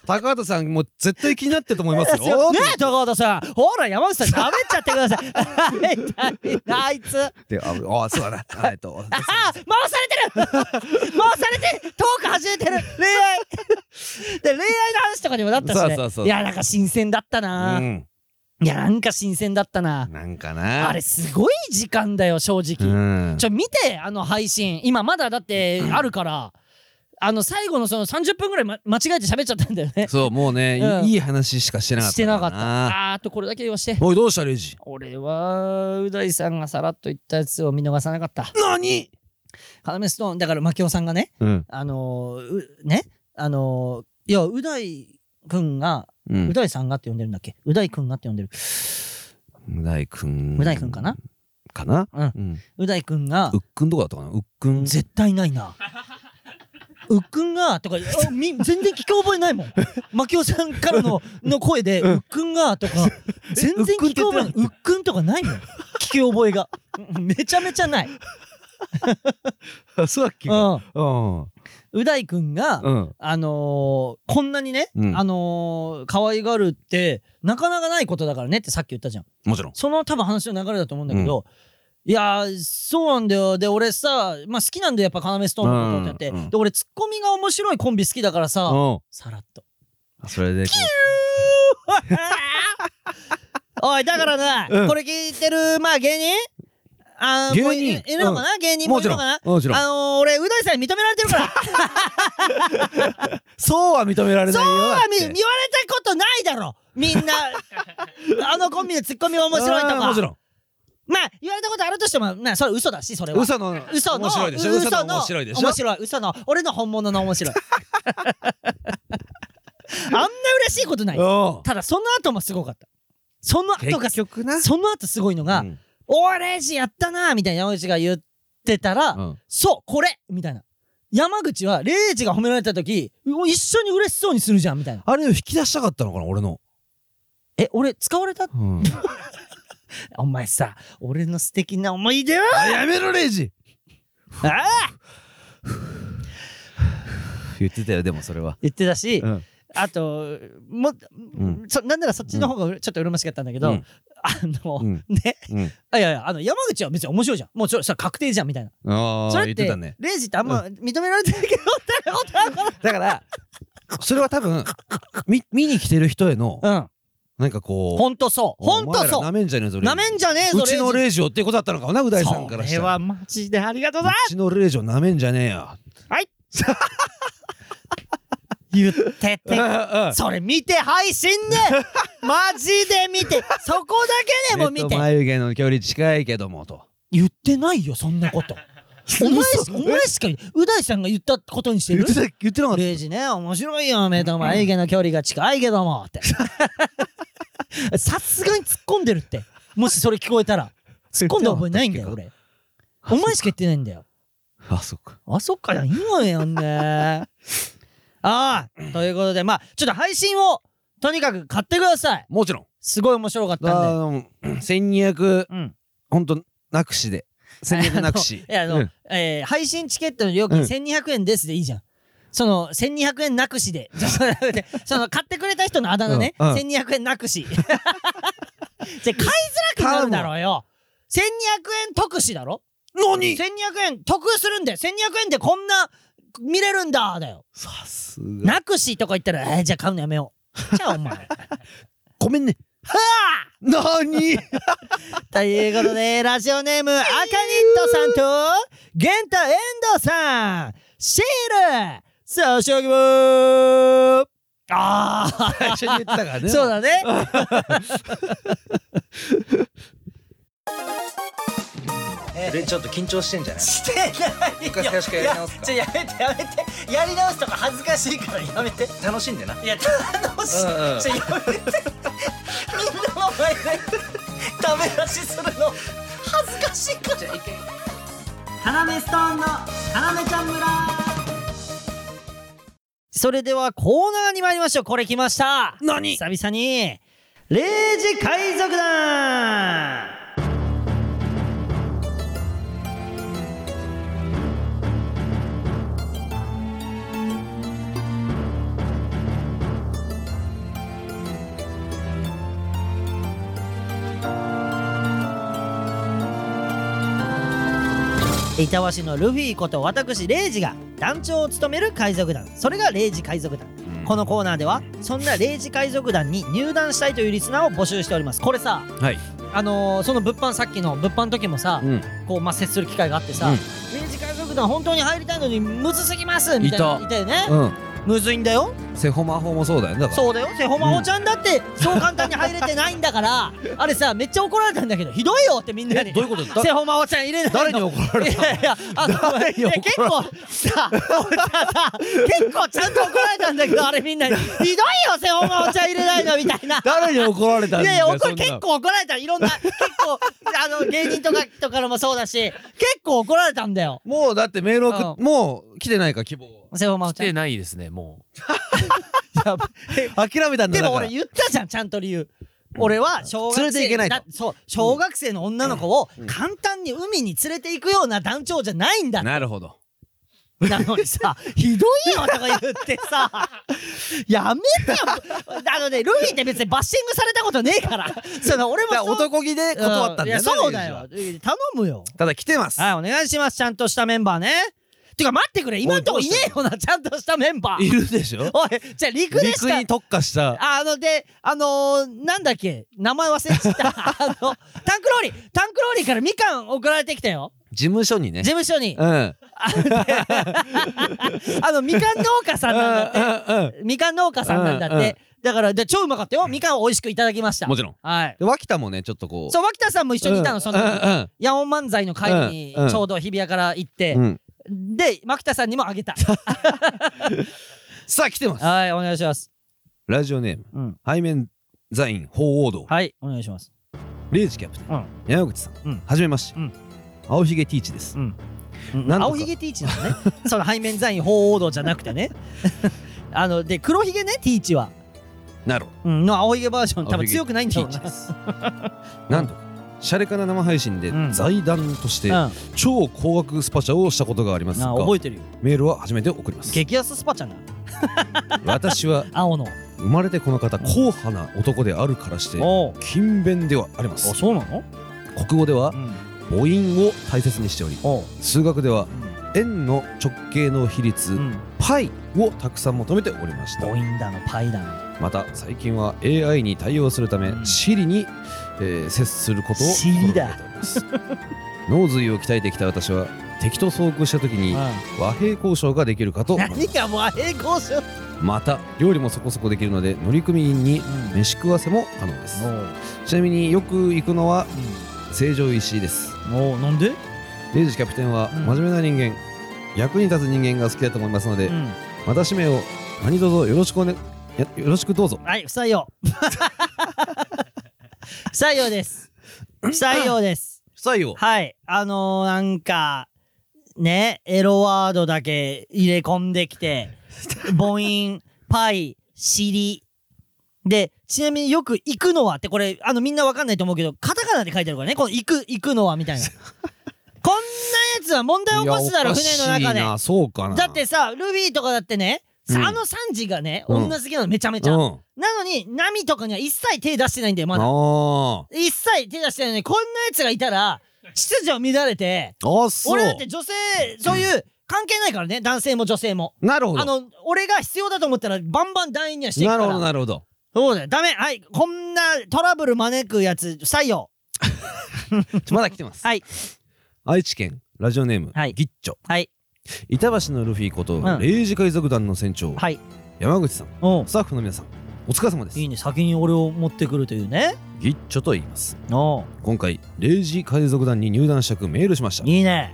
C: 高畑さんもう絶対気になってると思います
A: ですよ
C: よ
A: ねえ高畑さんほら山口さん喋っちゃってください あいあいあいつあ
C: でああそうだなあえ っと
A: 回さ れてる回されてトーク始めてる恋愛で 恋愛の話とかにもなったしね
C: そうそうそう
A: やなんか新鮮だったな、
C: うん
A: いや、なんか新鮮だったな。
C: なんかな
A: あれ、すごい時間だよ、正
C: う
A: 直。
C: ん
A: ちょ、見て、あの配信。今、まだだって、あるから、あの、最後のその30分ぐらい、ま、間違えて喋っちゃったんだよね。
C: そうもうね
A: うん
C: いいい話しかしてなかった
A: してなかった。あーっと、これだけ言わして。
C: おいどうしたレイジ
A: 俺は、う大さんがさらっと言ったやつを見逃さなかった。
C: 何
A: カナメストーン、だから、マキオさんがね、
C: うん
A: あのー、うね、あのー、いや、う大くんが、
C: う
A: うんだいさんがって呼んでるんだっけう大くんがって呼んでる。
C: 無題くん
A: う大くんかな
C: かな
A: うん
C: ん
A: う大くんが
C: う、っくんとかだったかなうっくん
A: 絶対ないな。うっくんがとかあみ全然聞き覚えないもん。マキオさんからのの声で、うっくんがとか全然聞き覚えない。うっくんとかないもん。聞き覚えがうんめちゃめちゃない。
C: あそうだっけ
A: うん。
C: うんうん
A: う大くんが、
C: うん
A: あのーこんなにね、
C: うん
A: あのー可愛がるってなかなかないことだからねってさっき言ったじゃん。
C: もちろん
A: その多分話の流れだと思うんだけど、いやーそうなんだよで俺さ、まあ、好きなんだよやっぱ要ストーンのことってやって、
C: うんうん
A: で俺ツッコミが面白いコンビ好きだからさ、
C: うん
A: さらっと
C: それでこ
A: おいだからな、
C: うん
A: これ聞いてるまあ芸人あー
C: 芸人
A: もういいるのかな、芸
C: う
A: 人も
C: も
A: い
C: ち
A: る
C: ろ
A: の
C: ん
A: かな
C: もちろん
A: あのー、俺う大さんに認められてるから
C: そうは認められないよだって
A: み言われたことないだろみ んなあのコンビでツッコミが面白いと
C: あーもち
A: か
C: ろん
A: まあ言われたことあるとしてもまあそれ嘘だしそれは
C: 嘘の
A: 嘘の
C: 面白いでしょ
A: 嘘
C: 嘘
A: の
C: の面白いでしょ
A: 面白い嘘の俺の本物の面 白いあんな嬉しいことない
C: うん
A: ただその後もすごかったその後が
C: 結局な
A: その後すごいのが
C: うん
A: 「おーレイジやったな」みたいな山口が言ってたら「
C: うん
A: そうこれ!」みたいな山口はレイジが褒められた時う一緒に嬉しそうにするじゃんみたいな
C: あれを引き出したかったのかな俺の
A: え俺使われた
C: うん
A: お前さ俺の素敵な思い出を
C: あやめろレイジ
A: ああ
C: 言ってたよでもそれは
A: 言ってたし、
C: うん
A: あとも、
C: ん
A: そなんならそっちの方がうちょっとうるましかったんだけど、
C: うん
A: あの、
C: うん
A: ね
C: うん
A: あいやいやあの山口は別に面白いじゃんもうちょそれ確定じゃんみたいな
C: あ
A: そ
C: あ
A: れっ
C: 言って
A: て
C: たね
A: レイジってあんま認められてないけどみたいなことある
C: だからそれは多分み見に来てる人への
A: うん
C: なんかこ
A: ほんとそう
C: う
A: ほんと
C: お前ら
A: そ
C: なめんじゃねえぞ
A: う
C: レイ
A: な
C: ジ
A: めんじゃねえぞ
C: うちの
A: レイ
C: レイジをっていうことだったのかなう大
A: ジ
C: さんからし
A: それ
C: たら
A: は
C: う
A: マジでありがとうだ
C: ちのレイジをなめんじゃねえよ
A: 言って て
C: うんうん
A: それ見て配信 でマジで見てそこだけでも見
C: 目
A: て
C: と眉毛の距離近いけどもと
E: 言ってないよそんなことお前しお前しかう大さんが言ったことにして
C: 言
E: る
C: ってた言ってなかった
A: レイジね、面白いよ、目と眉毛の距離が近いけども、って。
E: さすがに突っ込んでるってもしそれ聞こえたら突っ込んだ覚えないんだよ俺お前しか言ってないんだよ
C: あそっか
E: あそっか
A: いや、いいの よね。ああ、ということで、まあ、ちょっと配信を、とにかく買ってください。
C: もちろん
A: すごい面白かったんで。
C: あー1200
A: うん
C: ほんとなくしで1200なくし
A: いや あの
C: うん
A: えー配信チケットの料金
C: うん
A: 1200円ですでいいじゃん。その1200円なくし で、じゃあそれでその買ってくれた人のあだ名ね、
C: うんうん
A: 1200円なくし。 じゃあ買いづらくなるだろうよ。1200円得しだろ
C: 何
A: ?1200 円得するんだよ。1200円でこんな見れるんだだよ。
C: さすが
A: なくしとか言ったら、えーじゃあ買うのやめよう。じゃあお 前。
C: ごめんね はあ何
A: ということで、ラジオネーム、赤ニットさんと、ゲンタ遠藤さん、シール、差し上げまーすあ
C: 最初に言ってたから
A: あ、
C: ね
A: そうだね。
D: でちょっと緊張してんじゃない
A: してないよ。
D: 回最初からやり直すか
A: いやちょやめてやめて。やり直すとか恥ずかしいからやめて。
D: 楽しんでない
A: や、楽しい。
D: うんうん
A: ちょやめて。みんなの前で、ダメ出しするの、恥ずかしいから。カラメストーンのカラメちゃん村それではコーナーに参りましょうこれ来ました
C: 何
A: 久々にレイジ海賊団板橋のルフィこと私レイジが団長を務める海賊団それがレイジ海賊団このコーナーではそんなレイジ海賊団に入団したいというリスナーを募集しておりますこれさ
C: はい
A: あのーその物販さっきの物販の時もさ、
C: うん
A: こうまあ接する機会があってさ、
C: うん
A: レイジ海賊団本当に入りたいのにむずすぎますみたいないいたよね、
C: うん
A: むずいんだよ
C: セホマホもそうだよねだから
A: そうだよセホマホちゃんだってそう簡単に入れてないんだからあれさめっちゃ怒られたんだけどひどいよってみんなに
C: どういうことだ
A: セホマホちゃん入れないの
C: 誰に怒られ
A: い
C: たの
A: やいや、あの、
C: 誰
A: い
C: に
A: や
C: 怒られ
A: 結構さ、俺さ、結構ちゃんと怒られたんだけど、あれみんなに、ひどいよ、セホマお茶入れないのみたいな。
C: 誰に怒られたん
A: い
C: だ
A: やい
C: よ
A: や、怒
C: そ
A: る
C: んな
A: 結構怒られた、いろんな、結構、あの、芸人とか、とかのもそうだし、結構怒られたんだよ。
C: もうだってメール送っ
A: う
C: もう来てないか希望
A: セホマお
B: 来
A: 茶
B: て。ないですねも
C: 諦めたんだ
A: で
C: だ
A: も
C: か
A: 俺
C: ら
A: 言ったじゃん、ちゃんと理由。俺は小学生
C: 連れていけないと
A: だそう小学生の女の子を簡単に海に連れて行くような団長じゃないんだ
C: なるほど
A: なのにさ、ひどいよとか言ってさ、 やめて よ。あのね、ルフィって別にバッシングされたことねえ から、その俺も
C: だから
A: そう
C: 男気で断ったんだよね
A: いや、そうだ
C: レイ
A: よ
C: ジ。
A: 頼むよ。
C: はただ来てます
A: はい、お願いします。ちゃんとしたメンバーね。てか待ってくれ、今んとこいねえよな、ちゃんとしたメンバ
C: い
A: ー。
C: るでしょ
A: おい、じゃあ陸でし
C: 陸
A: た
C: に。特化した
A: あので、あのー、なんだっけ、名前忘れちゃ った。あの、タンクローリー、タンクローリーからみかん送られてきたよ。
C: 事務所にね
A: 事務所に。
C: うんうん
A: あの、みかん農家さんなんだって。
C: うんうん
A: みかん農家さんなんだって、
C: うんうん
A: だからで超うまかったよみかんを美味しくいただきました
C: もちろん
A: はい
C: で脇田もねちょっとこう
A: そう脇田さんも一緒にいたの、
C: うん
A: そ
C: うん
A: のヤオン漫才の会に
C: うんうん
A: ちょうど日比谷から行って、
C: うんうん
A: で牧田さんにもあげた
C: さあ来てます
A: はいお願いします
C: ラジオネーム、
A: うん
C: 背面座員鳳凰堂、
A: はいお願いします
C: レイジキャプテン、
A: うん
C: 山口さん、
A: うん
C: はじめまして、
A: うん
C: 青ひげティーチです、なんとか
A: 青ひげティーチなのね その背面座員鳳凰堂じゃなくて ねあので黒ひげねティーチは、
C: なるほど
A: うん、の青ひげバージョン多
C: 青
A: 分
C: ひげ
A: 強くないんだ
C: テ
A: ろ
C: ィ
A: う
C: ーチです なんとかシャレかな生配信で
A: うん
C: 財団として
A: な、
C: 超高額スパチャをしたことがありま
A: うん、
C: す
A: な
C: が
A: あ覚えてるよ
C: メールは初めて送ります
A: 激安スパちゃんな
C: 私は
A: 青の
C: 生まれてこの方硬派な男であるからして
A: おう
C: 勤勉ではありま
A: あ
C: す
A: そうなの、
C: 国語では
A: ん、
C: 母音を大切にしており
A: おう、
C: 数学では
A: う
C: 円の直径の比率、
A: んうん、
C: パイをたくさん求めておりました
A: ボインだのパイだの
C: また最近は AI に対応するため、
A: うん
C: Siri に、えー接することを
A: Siri だ
C: 心がけております 脳髄を鍛えてきた私は敵と遭遇した時に和平交渉ができるかと思い
A: 何がもう栄光しよ
C: また料理もそこそこできるので乗組員に飯食わせも可能ですちなみによく行くのは成城石井です
E: おおなんで
C: レイジキャプテンは
E: うん
C: 真面目な人間、役に立つ人間が好きだと思いますので、
E: うん
C: また使命を何卒よろしくおねやよろしくどうぞ
A: はい、不採用。 不採用です。不採用です。
C: 不採用
A: はい。あのー、なんか、ね、エロワードだけ入れ込んできて、母音、パイ、尻。で、ちなみによく行くのはって、これ、あの、みんなわかんないと思うけど、カタカナで書いてあるからね、この行く、行くのはみたいな。こんなやつは問題起こすだろ、船の中で。
C: そうかな
A: だってさ、ルビーとかだってね、さ
C: うん
A: あの3時がね、
C: うん
A: 女好きなのめちゃめち
C: う
A: ゃ。
C: ん
A: なのに、ナミとかには一切手出してないんだよ、まだ。
C: あ
A: 一切手出してないのに、こんな奴がいたら、秩序乱れて、
C: ーあそう
A: 俺だって女性、そういう、関係ないからね、男性も女性も。
C: なるほ
A: あ
C: ど
A: の、俺が必要だと思ったら、バンバン団員にはしていくか
C: な
A: ら。
C: るほどなる ほど
A: そうだよ。ダメ。はい。こんなトラブル招くやつ、不採用。
C: ちょまだ来てます
A: はい
C: 愛知県ラジオネーム、
A: はい
C: ギッチョ
A: はい。
C: 板橋のルフィこと、
A: ん
C: レイジ海賊団の船長、
A: はい。
C: 山口さん
A: うん。
C: スタッフの皆さんお疲れ様です
A: いいね。先に俺を持ってくるというね。
C: ギッチョと言います
A: おう
C: 今回レイジ海賊団に入団したくメールしました
A: いいね。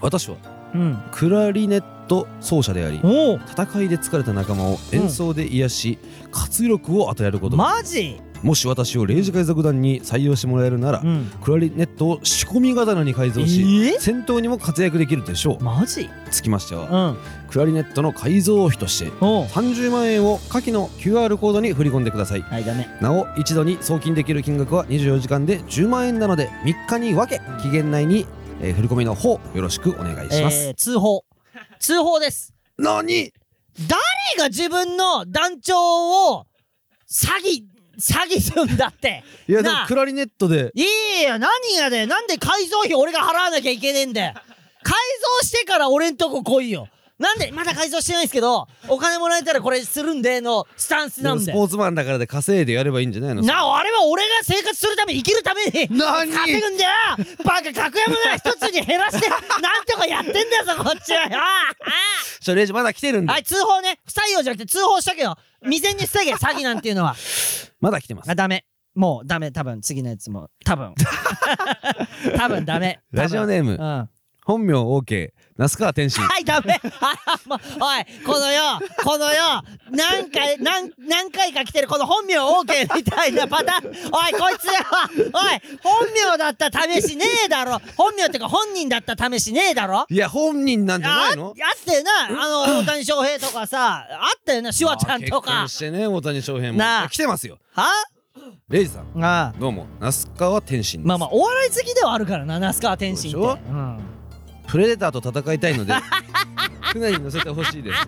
C: 私は
A: うん。
C: クラリネット奏者であり
A: おう
C: 戦いで疲れた仲間を演奏で癒し、活力を与えること、
A: マジ
C: もし私をレイジ海賊団に採用してもらえるなら、
A: うん。
C: クラリネットを仕込み刀に改造し、
A: え
C: 戦闘にも活躍できるでしょう、
A: マジ
C: つきましては、
A: うん。
C: クラリネットの改造費として
A: おう
C: 30万円を下記の QR コードに振り込んでください
A: はい、ダメ。
C: なお一度に送金できる金額は24時間で10万円なので3日に分け期限内に、えー振り込みの方よろしくお願いします、
A: えー通 報通報です
C: 何
A: 誰が自分の団長を詐欺詐欺するんだって
C: いやでも
A: なあ
C: クラリネットで
A: いいよ何がだよなんで改造費俺が払わなきゃいけねえんだよ改造してから俺んとこ来いよなんでまだ改造してないんですけどお金もらえたらこれするんでのスタンス
C: で
A: な
C: も
A: ん
C: ス
A: だ
C: ポ
A: よ
C: ーツマンだからで稼いでやればいいんじゃないの
A: なああれは俺が生活するために生きるために
C: 何
A: 稼ぐんだよバカ格山なら一つに減らしてなんとかやってんだよぞこっちはよ
C: それレイジまだ来てるんで、
A: はい、通報ね。不採用じゃなくて通報しとけよ。未然に防げ、詐欺なんていうのは。
C: まだ来てます
A: あ、ダメ。もうダメ、多分次のやつも。多分多分ダメ。多分
C: ラジオネーム
A: うん。は
C: 本名 OK 那須川天心
A: い、ダメ。 あもうおい、このよ、このよ、何回、何、何回か来てる、この本名 OK みたいなパターン。おい、こいつよ、おい、本名だった試しねえだろ。本名ってか本人だった試しねえだろ。
C: いや本人なんじゃないの
A: ああってな、あ の、大谷翔平とかさ、あったよな、シュワちゃんと
C: まあ
A: か
C: 結婚。してね大谷翔平も
A: なあ
C: 来てますよ
A: は
C: レイジさん
A: ああ。
C: どうも那須川天心です
A: まあまあお笑い好きではあるからな那須川天心って
C: そうで
A: うん
C: プレデターと戦いた いので船に乗せてほしいです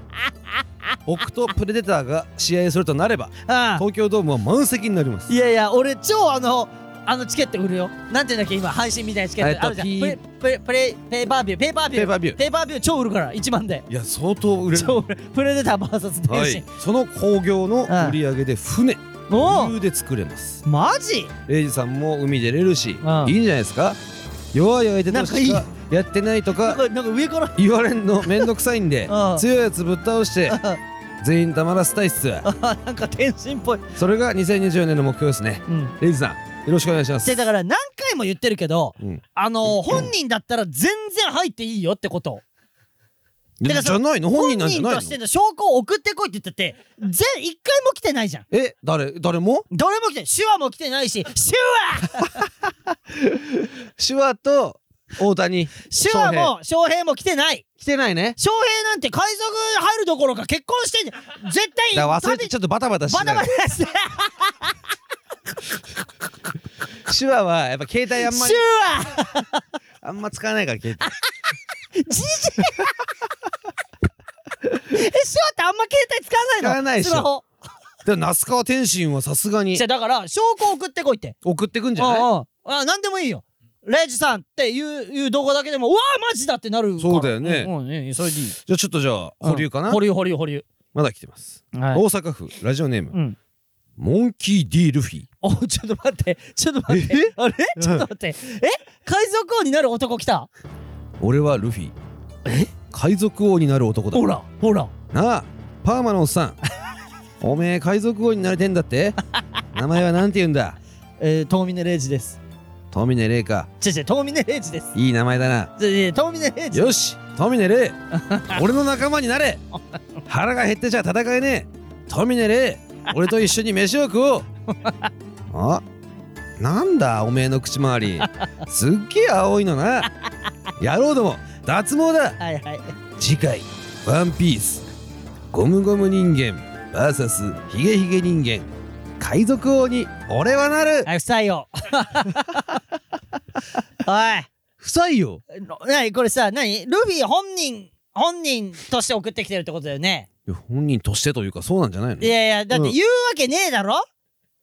C: 僕とプレデターが試合するとなれば
A: ああ
C: 東京ドームは満席になります
A: いやいや俺超あのあのチケット売るよなんていうんだっけ今配信みたいなチケットあるじゃん
C: えっと
A: プレプレプレペーパービューペーパービュ
C: ペ
A: ー
C: ーパービュー
A: ペーパービュー超売るから1万で
C: いや相当売れる
A: 超売るプレデター VS
C: は
A: 天心
C: い、その興行の売り上げで船
A: お
C: 余裕で作れます
A: おマジ
C: レイジさんも海出れるしいいんじゃ
A: ん
C: ないですか弱い相手とし
A: な
C: かやってないと
A: なん
C: か
A: かなんか上から
C: 言われんのめんどくさいんで
A: うん
C: 強いやつぶっ倒して全員黙らせたいっす
A: なんか天心っぽい
C: それが2024年の目標ですね
A: うん
C: レイジさんよろしくお願いします
A: でだから何回も言ってるけど
C: うん
A: あの本人だったら全然入っていいよってことだ
C: じ
A: から
C: ゃ
A: その
C: ないの本人なんじゃな
A: 本
C: いの
A: としての証拠を送ってこいって言ってて全一回も来てないじゃん
C: え誰誰も
A: どれも来てない手話も来てないし手話
C: 手話と大谷
A: 手話も翔平も来てない
C: 来てないね
A: 翔平なんて海賊入るどころか結婚してんじゃん絶対
C: だから忘れ
A: 旅
C: てちょっとバタバタし
A: バ
C: て
A: タバ
C: ない
A: タして
C: 手話はやっぱ携帯あんまり
A: 手話
C: あんま使わないから携帯
A: え手話ってあんま携帯使わないの
C: 使わないでしょ
A: スマホ
C: でも那須川天心はさすがに
A: じゃあだから証拠送ってこいって
C: 送ってくんじゃ
A: う
C: ない
A: んうんあ何でもいいよレイジさんっていういう動画だけでもうわあマジだってなるから
C: そうだよね
A: うんうんいいそれでいい
C: じゃあちょっとじゃあ保留かな
A: 保留保留保留
C: まだ来てます
A: は
C: 大
A: い
C: 阪府ラジオネー
A: う
C: ム
A: ん
C: モンキー D ルフィ
A: おちょっと待ってちょっと待ってあれちょっと待ってえ海賊王になる男来た
C: 俺はルフィ海賊王になる男だ
A: ほらほら
C: なあパーマのおっさんおめえ海賊王になれてんだって名前はなんて言うんだ
A: えー、遠峰レイジです
C: トミネレイか
A: ちょちょ、遠峰レイジです。
C: いい名前だな
A: ちょちょ、遠峰レイジ。
C: よしトミネレイ俺の仲間になれ腹が減ってちゃ戦えねえトミネレイ俺と一緒に飯を食おうあなんだおめえの口周りすっげえ青いのな野郎ども脱毛だ
A: はいはい。
C: 次回「ワンピースゴムゴム人間 VS ヒゲヒゲ人間海賊王に俺はなる
A: はい、不採用。 お
C: 不採用
A: い、のなにこれさ、なにルフィ本人、本人として送ってきてるってことだよね。
C: いや本人としてというかそうなんじゃないの
A: いやいや、だって言うわけねえだろ、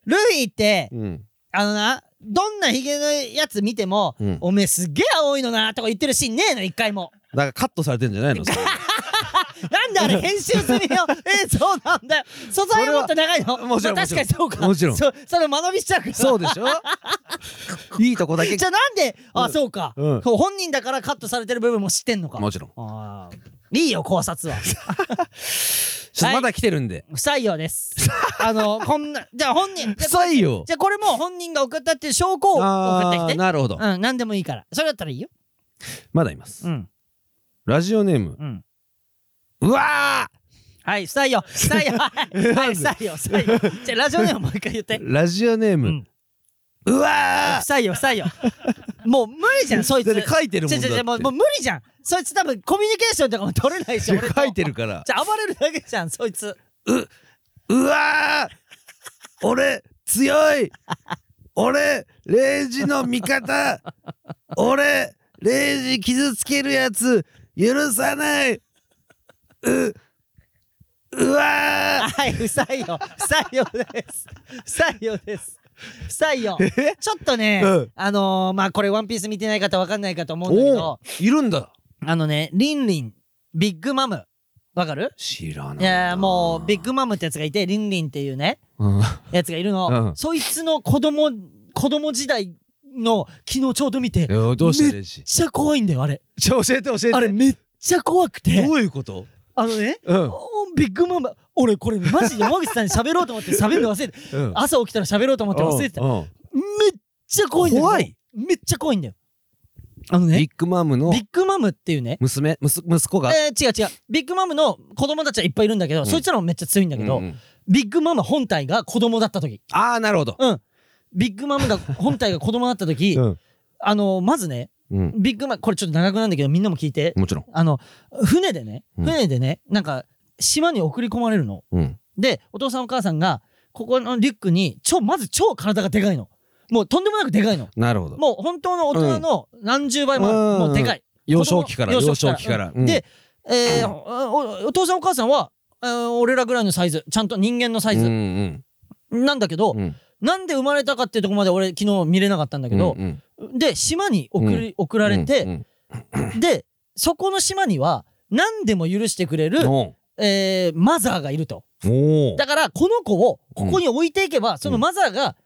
A: ルフィって、
C: うん
A: あのな、どんなヒゲのやつ見ても、
C: うん
A: おめえすっげえ青いのなとか言ってるシーンねえの、一回も。
C: だからカットされてんじゃないの
A: なんであれ編集済み のえー、そうなんだよ。素材はもっと長いの。
C: もちろん
A: まあ
C: もち
A: 確
C: ろ
A: かにそ
C: ん
A: うか。
C: もちろん
A: そそれ間延びしちゃうから。
C: そう でしょいいとこだけ
A: じゃあなんで、あ、
C: うん
A: そうか、
C: うん
A: そう本人だからカットされてる部分も知ってんのか。
C: もちろん
A: あーいいよ、考察は。
C: ちょっとまだ来てるんで、
A: 不採用です。あの、こんな、じゃあ本人、じゃあ
C: 不採用
A: じゃあこれもう本人が送ったっていう証拠を送って
C: あ
A: き
C: あ
A: て。
C: なるほど、
A: うん、なんでもいいから。それだったらいいよ。
C: まだいます、
A: うん
C: ラジオネーム、
A: う
C: うんわー
A: はい、不採 用。不採用。はい、はい不採用、不採用。じゃあラジオネームもう一回言 って。
C: ラジオネーム、
A: う
C: うんわ
A: 不採用、不採用。もう無理じゃん、そい
C: ーだ
A: つ。
C: って書いてるもん
A: ちょ
C: だっ
A: ち
C: て
A: ょちょもうもう無理じゃん。そいつ多分コミュニケーションとかも取れないし、俺と
C: 書いてるから
A: じゃあ暴れるだけじゃん、そいつ。
C: うわー俺強い俺レイジの味方俺レイジ傷つけるやつ許さないううわー
A: はい、不採用。不採用です。不採用です。不採用。ちょっとね、
C: うん
A: あのー、まあ、これ、ワンピース見てない方わかんないかと思うんだけど、
C: いるんだ
A: あのね、リンリン、ビッグマム、わかる
C: 知らな
A: い
C: い
A: やーもう、ビッグマムってやつがいて、リンリンっていうね、
C: うん
A: やつがいるの。
C: うん
A: そいつの子供、子供時代の、昨日ちょうど見て、めっ
C: いやどうしてレイジ
A: ちゃ怖いんだよ、あれ。
C: ちょ教えて教えて
A: あれ、めっちゃ怖くて
C: ど。ういうこと
A: あのね、
C: うん
A: おビッグマム、俺これマジで山口さんに喋ろうと思って喋るの忘れて、
C: うん
A: 朝起きたら喋ろうと思って忘れてた。めっ
C: うん
A: ちゃ怖いんだよ。
C: 怖い
A: めっちゃ怖いんだよ。あのね
C: ビ、ッグマムの
A: ビッグマムっていうね、
C: 娘むす息子が
A: えー、違う違う、ビッグマムの子供たちはいっぱいいるんだけど、
C: ん
A: そいつらもめっちゃ強いんだけど、
C: うんうん
A: ビッグマム本体が子供だった時、
C: ああなるほど
A: うん。ビッグマムが、本体が子供だった時、
C: うん
A: あの、まずね、
C: うん
A: ビッグマム、これちょっと長くなるんだけど、みんなも聞いて、
C: もちろん
A: あの、船でね、
C: うん
A: 船でね、なんか、島に送り込まれるの。
C: うん
A: で、お父さんお母さんが、ここのリュックに、超、まず超体がでかいの。もうとんでもなくでかいの。
C: なるほど
A: もう本当の大人の何十倍もある、
C: うん
A: もうでかい。
C: 幼少期から
A: 子供
C: 幼少期から、
A: うんで、えーおお父さんお母さんは、えー俺らぐらいのサイズ、ちゃんと人間のサイ
C: うんう
A: ズ
C: ん
A: なんだけど、
C: うんうん
A: なんで生まれたかっていうとこまで俺昨日見れなかったんだけど
C: う、んうん
A: で、島に送り、送られて、
C: うん
A: で、そこの島には何でも許してくれる
C: うん、お
A: えーマザーがいると。
C: うおう
A: だから、この子をここに置いていけば、そのマザーが、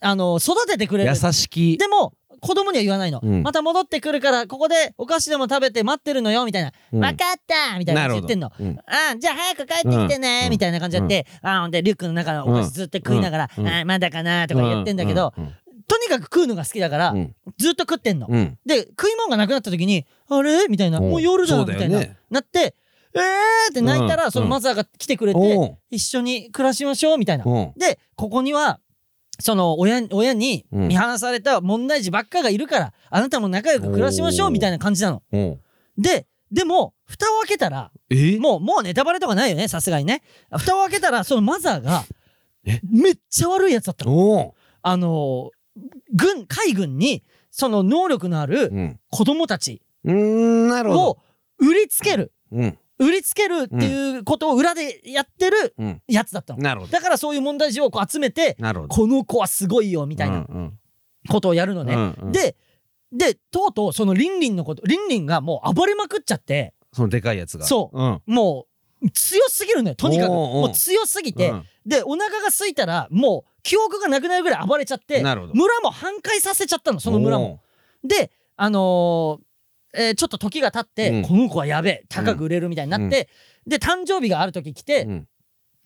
A: あの、育ててくれる。
C: 優しき
A: でも、子供には言わないの。
C: うん
A: また戻ってくるから、ここでお菓子でも食べて待ってるのよ、みたいな。
C: うん
A: わ、かったみたいな
C: なる
A: 言
C: ほ
A: っ
C: ど
A: てんの。
C: うん
A: あじゃあ早く帰ってきてね、
C: うん
A: みたいな感じやって、あほんで、リュックの中のお菓子ずっと食いながら、
C: うんうん
A: あまだかなとか言ってんだけど、
C: うんうん
A: とにかく食うのが好きだから、
C: うん
A: ずっと食ってんの。
C: うん
A: で、食い物がなくなった時に、あれみたいな、
C: うん
A: もう夜だ
C: そ
A: な
C: うだ
A: み
C: よ
A: たい
C: ね
A: な、なって、えーって泣いたら、
C: うん
A: そのマザーが来てくれて、
C: おう
A: 一緒に暮らしましょうみたいな。
C: おう
A: で、ここには、その親親に
C: うん
A: 見放された問題児ばっかがいるから、あなたも仲良く暮らしましょうみたいな感じなの。
C: おう
A: で、でも、蓋を開けたら、
C: え
A: もう、もうネタバレとかないよね、さすがにね。蓋を開けたら、そのマザーが
C: え、
A: めっちゃ悪いやつだったの。
C: おう
A: あのー軍、海軍に、その能力のある
C: うん
A: 子供たち
C: うーんなるほ
A: を
C: ど
A: 売りつける。
C: うん
A: 売りつけるっていうことを裏でやってる
C: うん
A: やつだったの。
C: なるほど
A: だからそういう問題児をこう集めて、
C: なるほど
A: この子はすごいよみ
C: み
A: たいなことをやるのね。で、で、とうとうそのリンリンのこと、リンリンがもう暴れまくっちゃって、
C: そのでかいやつが
A: そ
C: うん
A: もう強すぎるのよ、とにかく。
C: おーおー
A: もう強すぎて、
C: うん
A: で、お腹が空いたら、もう記憶がなくなるぐらい暴れちゃって、
C: なるほど
A: 村も半壊させちゃったの、その村も。で、あのーえーちょっと時が経って、
C: うん
A: この子はやべえ、高く売れるみたいになって、で、誕生日がある時来
C: おう
A: て、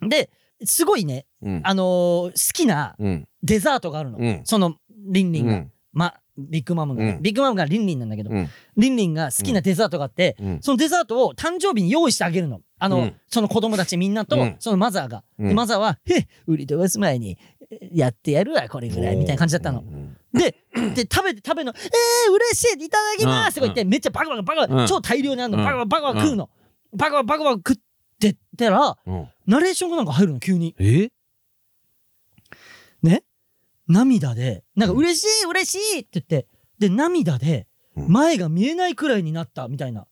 C: うん
A: で、すごいね、
C: うん
A: あのー好きな
C: うん
A: デザートがあるの。
C: うん
A: その、リンリンが。
C: うん
A: ま、ビッグマムが、
C: うん
A: ビッグマムがリンリンなんだけど、
C: うん
A: リンリンが好きなデザートがあって、
C: うん
A: そのデザートを誕生日に用意してあげるの。あの、
C: うん
A: その子供たちみんなと、
C: うん
A: そのマザーが。で
C: うん
A: マザーは、へっ、売り逃す前に、えやってやるわ、これぐらい、みたいな感じだったの
C: う。ん
A: で、で、食べて食べるの、えー、嬉しい、いただきますとか言って、めっちゃバカバカバカ
C: う
A: バカ、
C: ん
A: 超大量にあるの、
C: うん
A: バカバカバカ食うの。バカバカバカバカ食ってったら、
C: うん
A: ナレーションがなんか入るの、急に。
C: え
A: 涙で、なんか嬉しい嬉しいって言って、で、涙で、
C: うん
A: 前が見えないくらいになったみたいな。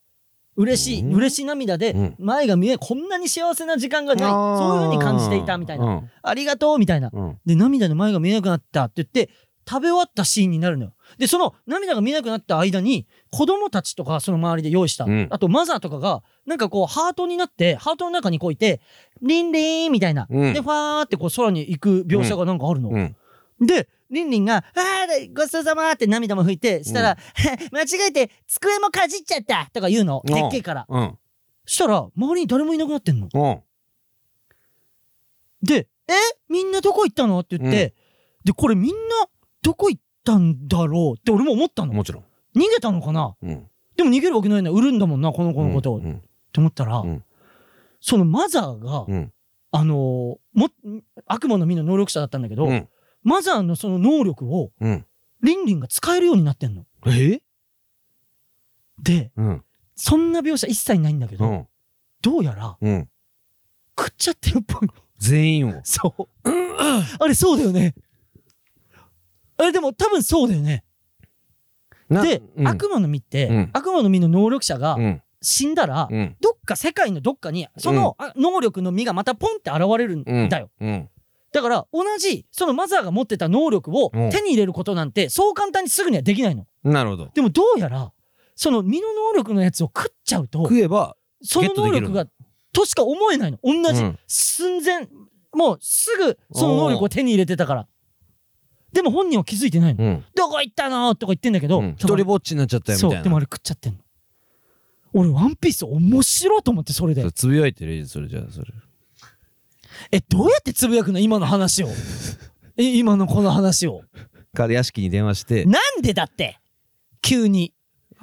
A: 嬉しい、
C: うん
A: 嬉しい涙で
C: うん、
A: 前が見え、こんなに幸せな時間がない。
C: あー
A: そういう風に感じていたみたいな。
C: うん
A: ありがとうみたいな。
C: うん
A: で、涙で前が見えなくなったって言って、食べ終わったシーンになるのよ。で、その涙が見えなくなった間に、子供たちとかその周りで用意した、
C: うん
A: あとマザーとかが、なんかこう、ハートになって、ハートの中にこういて、リンリンみたいな。
C: うん
A: で、ファーってこう空に行く描写がなんかあるの。
C: うん
A: で、リンリンが、あーごちそうさまって涙も拭いて、したら、 間違えて、机もかじっちゃったとか言うの。
C: うん
A: でっけえから。
C: うん
A: したら、周りに誰もいなくなってんの。
C: うん
A: で、えみんなどこ行ったのって言って、で、これみんなどこ行ったんだろうって俺も思ったの。逃
C: もちろん
A: げたのかな
C: うん
A: でも逃げるわけないな。売るんだもんな、この子のことを。
C: う
A: っ
C: ん
A: て思ったら、
C: うん
A: そのマザーが、
C: うん
A: あのーも、悪魔の実の能力者だったんだけど、
C: うん
A: マザーのその能力を、
C: うん
A: リンリンが使えるようになってんの。
C: え
A: で、
C: うん
A: そんな描写一切ないんだけ
C: う
A: ど、
C: ん
A: どうやら
C: うん
A: 食っちゃってるっぽいの。
C: 全員を
A: そう。あれ、そうだよね。あれ、でも多分そうだよね。
C: な
A: で、
C: うん
A: 悪魔の実って、
C: うん
A: 悪魔の実の能力者が
C: うん
A: 死んだら、
C: うん
A: どっか世界のどっかに、その、あ能力の実がまたポンって現れるん
C: うん
A: だよ。
C: うん
A: だから、同じ、そのマザーが持ってた能力を
C: うん
A: 手に入れることなんて、そう簡単にすぐにはできないの。
C: なるほど
A: でも、どうやら、その実の能力のやつを食っちゃうと、
C: 食えば
A: その能力が、としか思えないの。同じ。
C: うん
A: 寸前、もうすぐその能力を手に入れてたから。でも本人は気づいてないの。
C: うん
A: どこ行ったのとか言ってんだけど、
C: うん一人ぼっちになっちゃったよみ
A: そ
C: た
A: う、
C: い
A: でも
C: な
A: あれ食っちゃってんの。俺、ワンピース面白いと思って、それ
C: そ
A: で
C: れ。つぶやいてるそれじゃあそれ
A: え、どうやってつぶやくの今の 話を。え、今のこの話を。
C: 彼屋敷に電話して
A: なんでだって急に。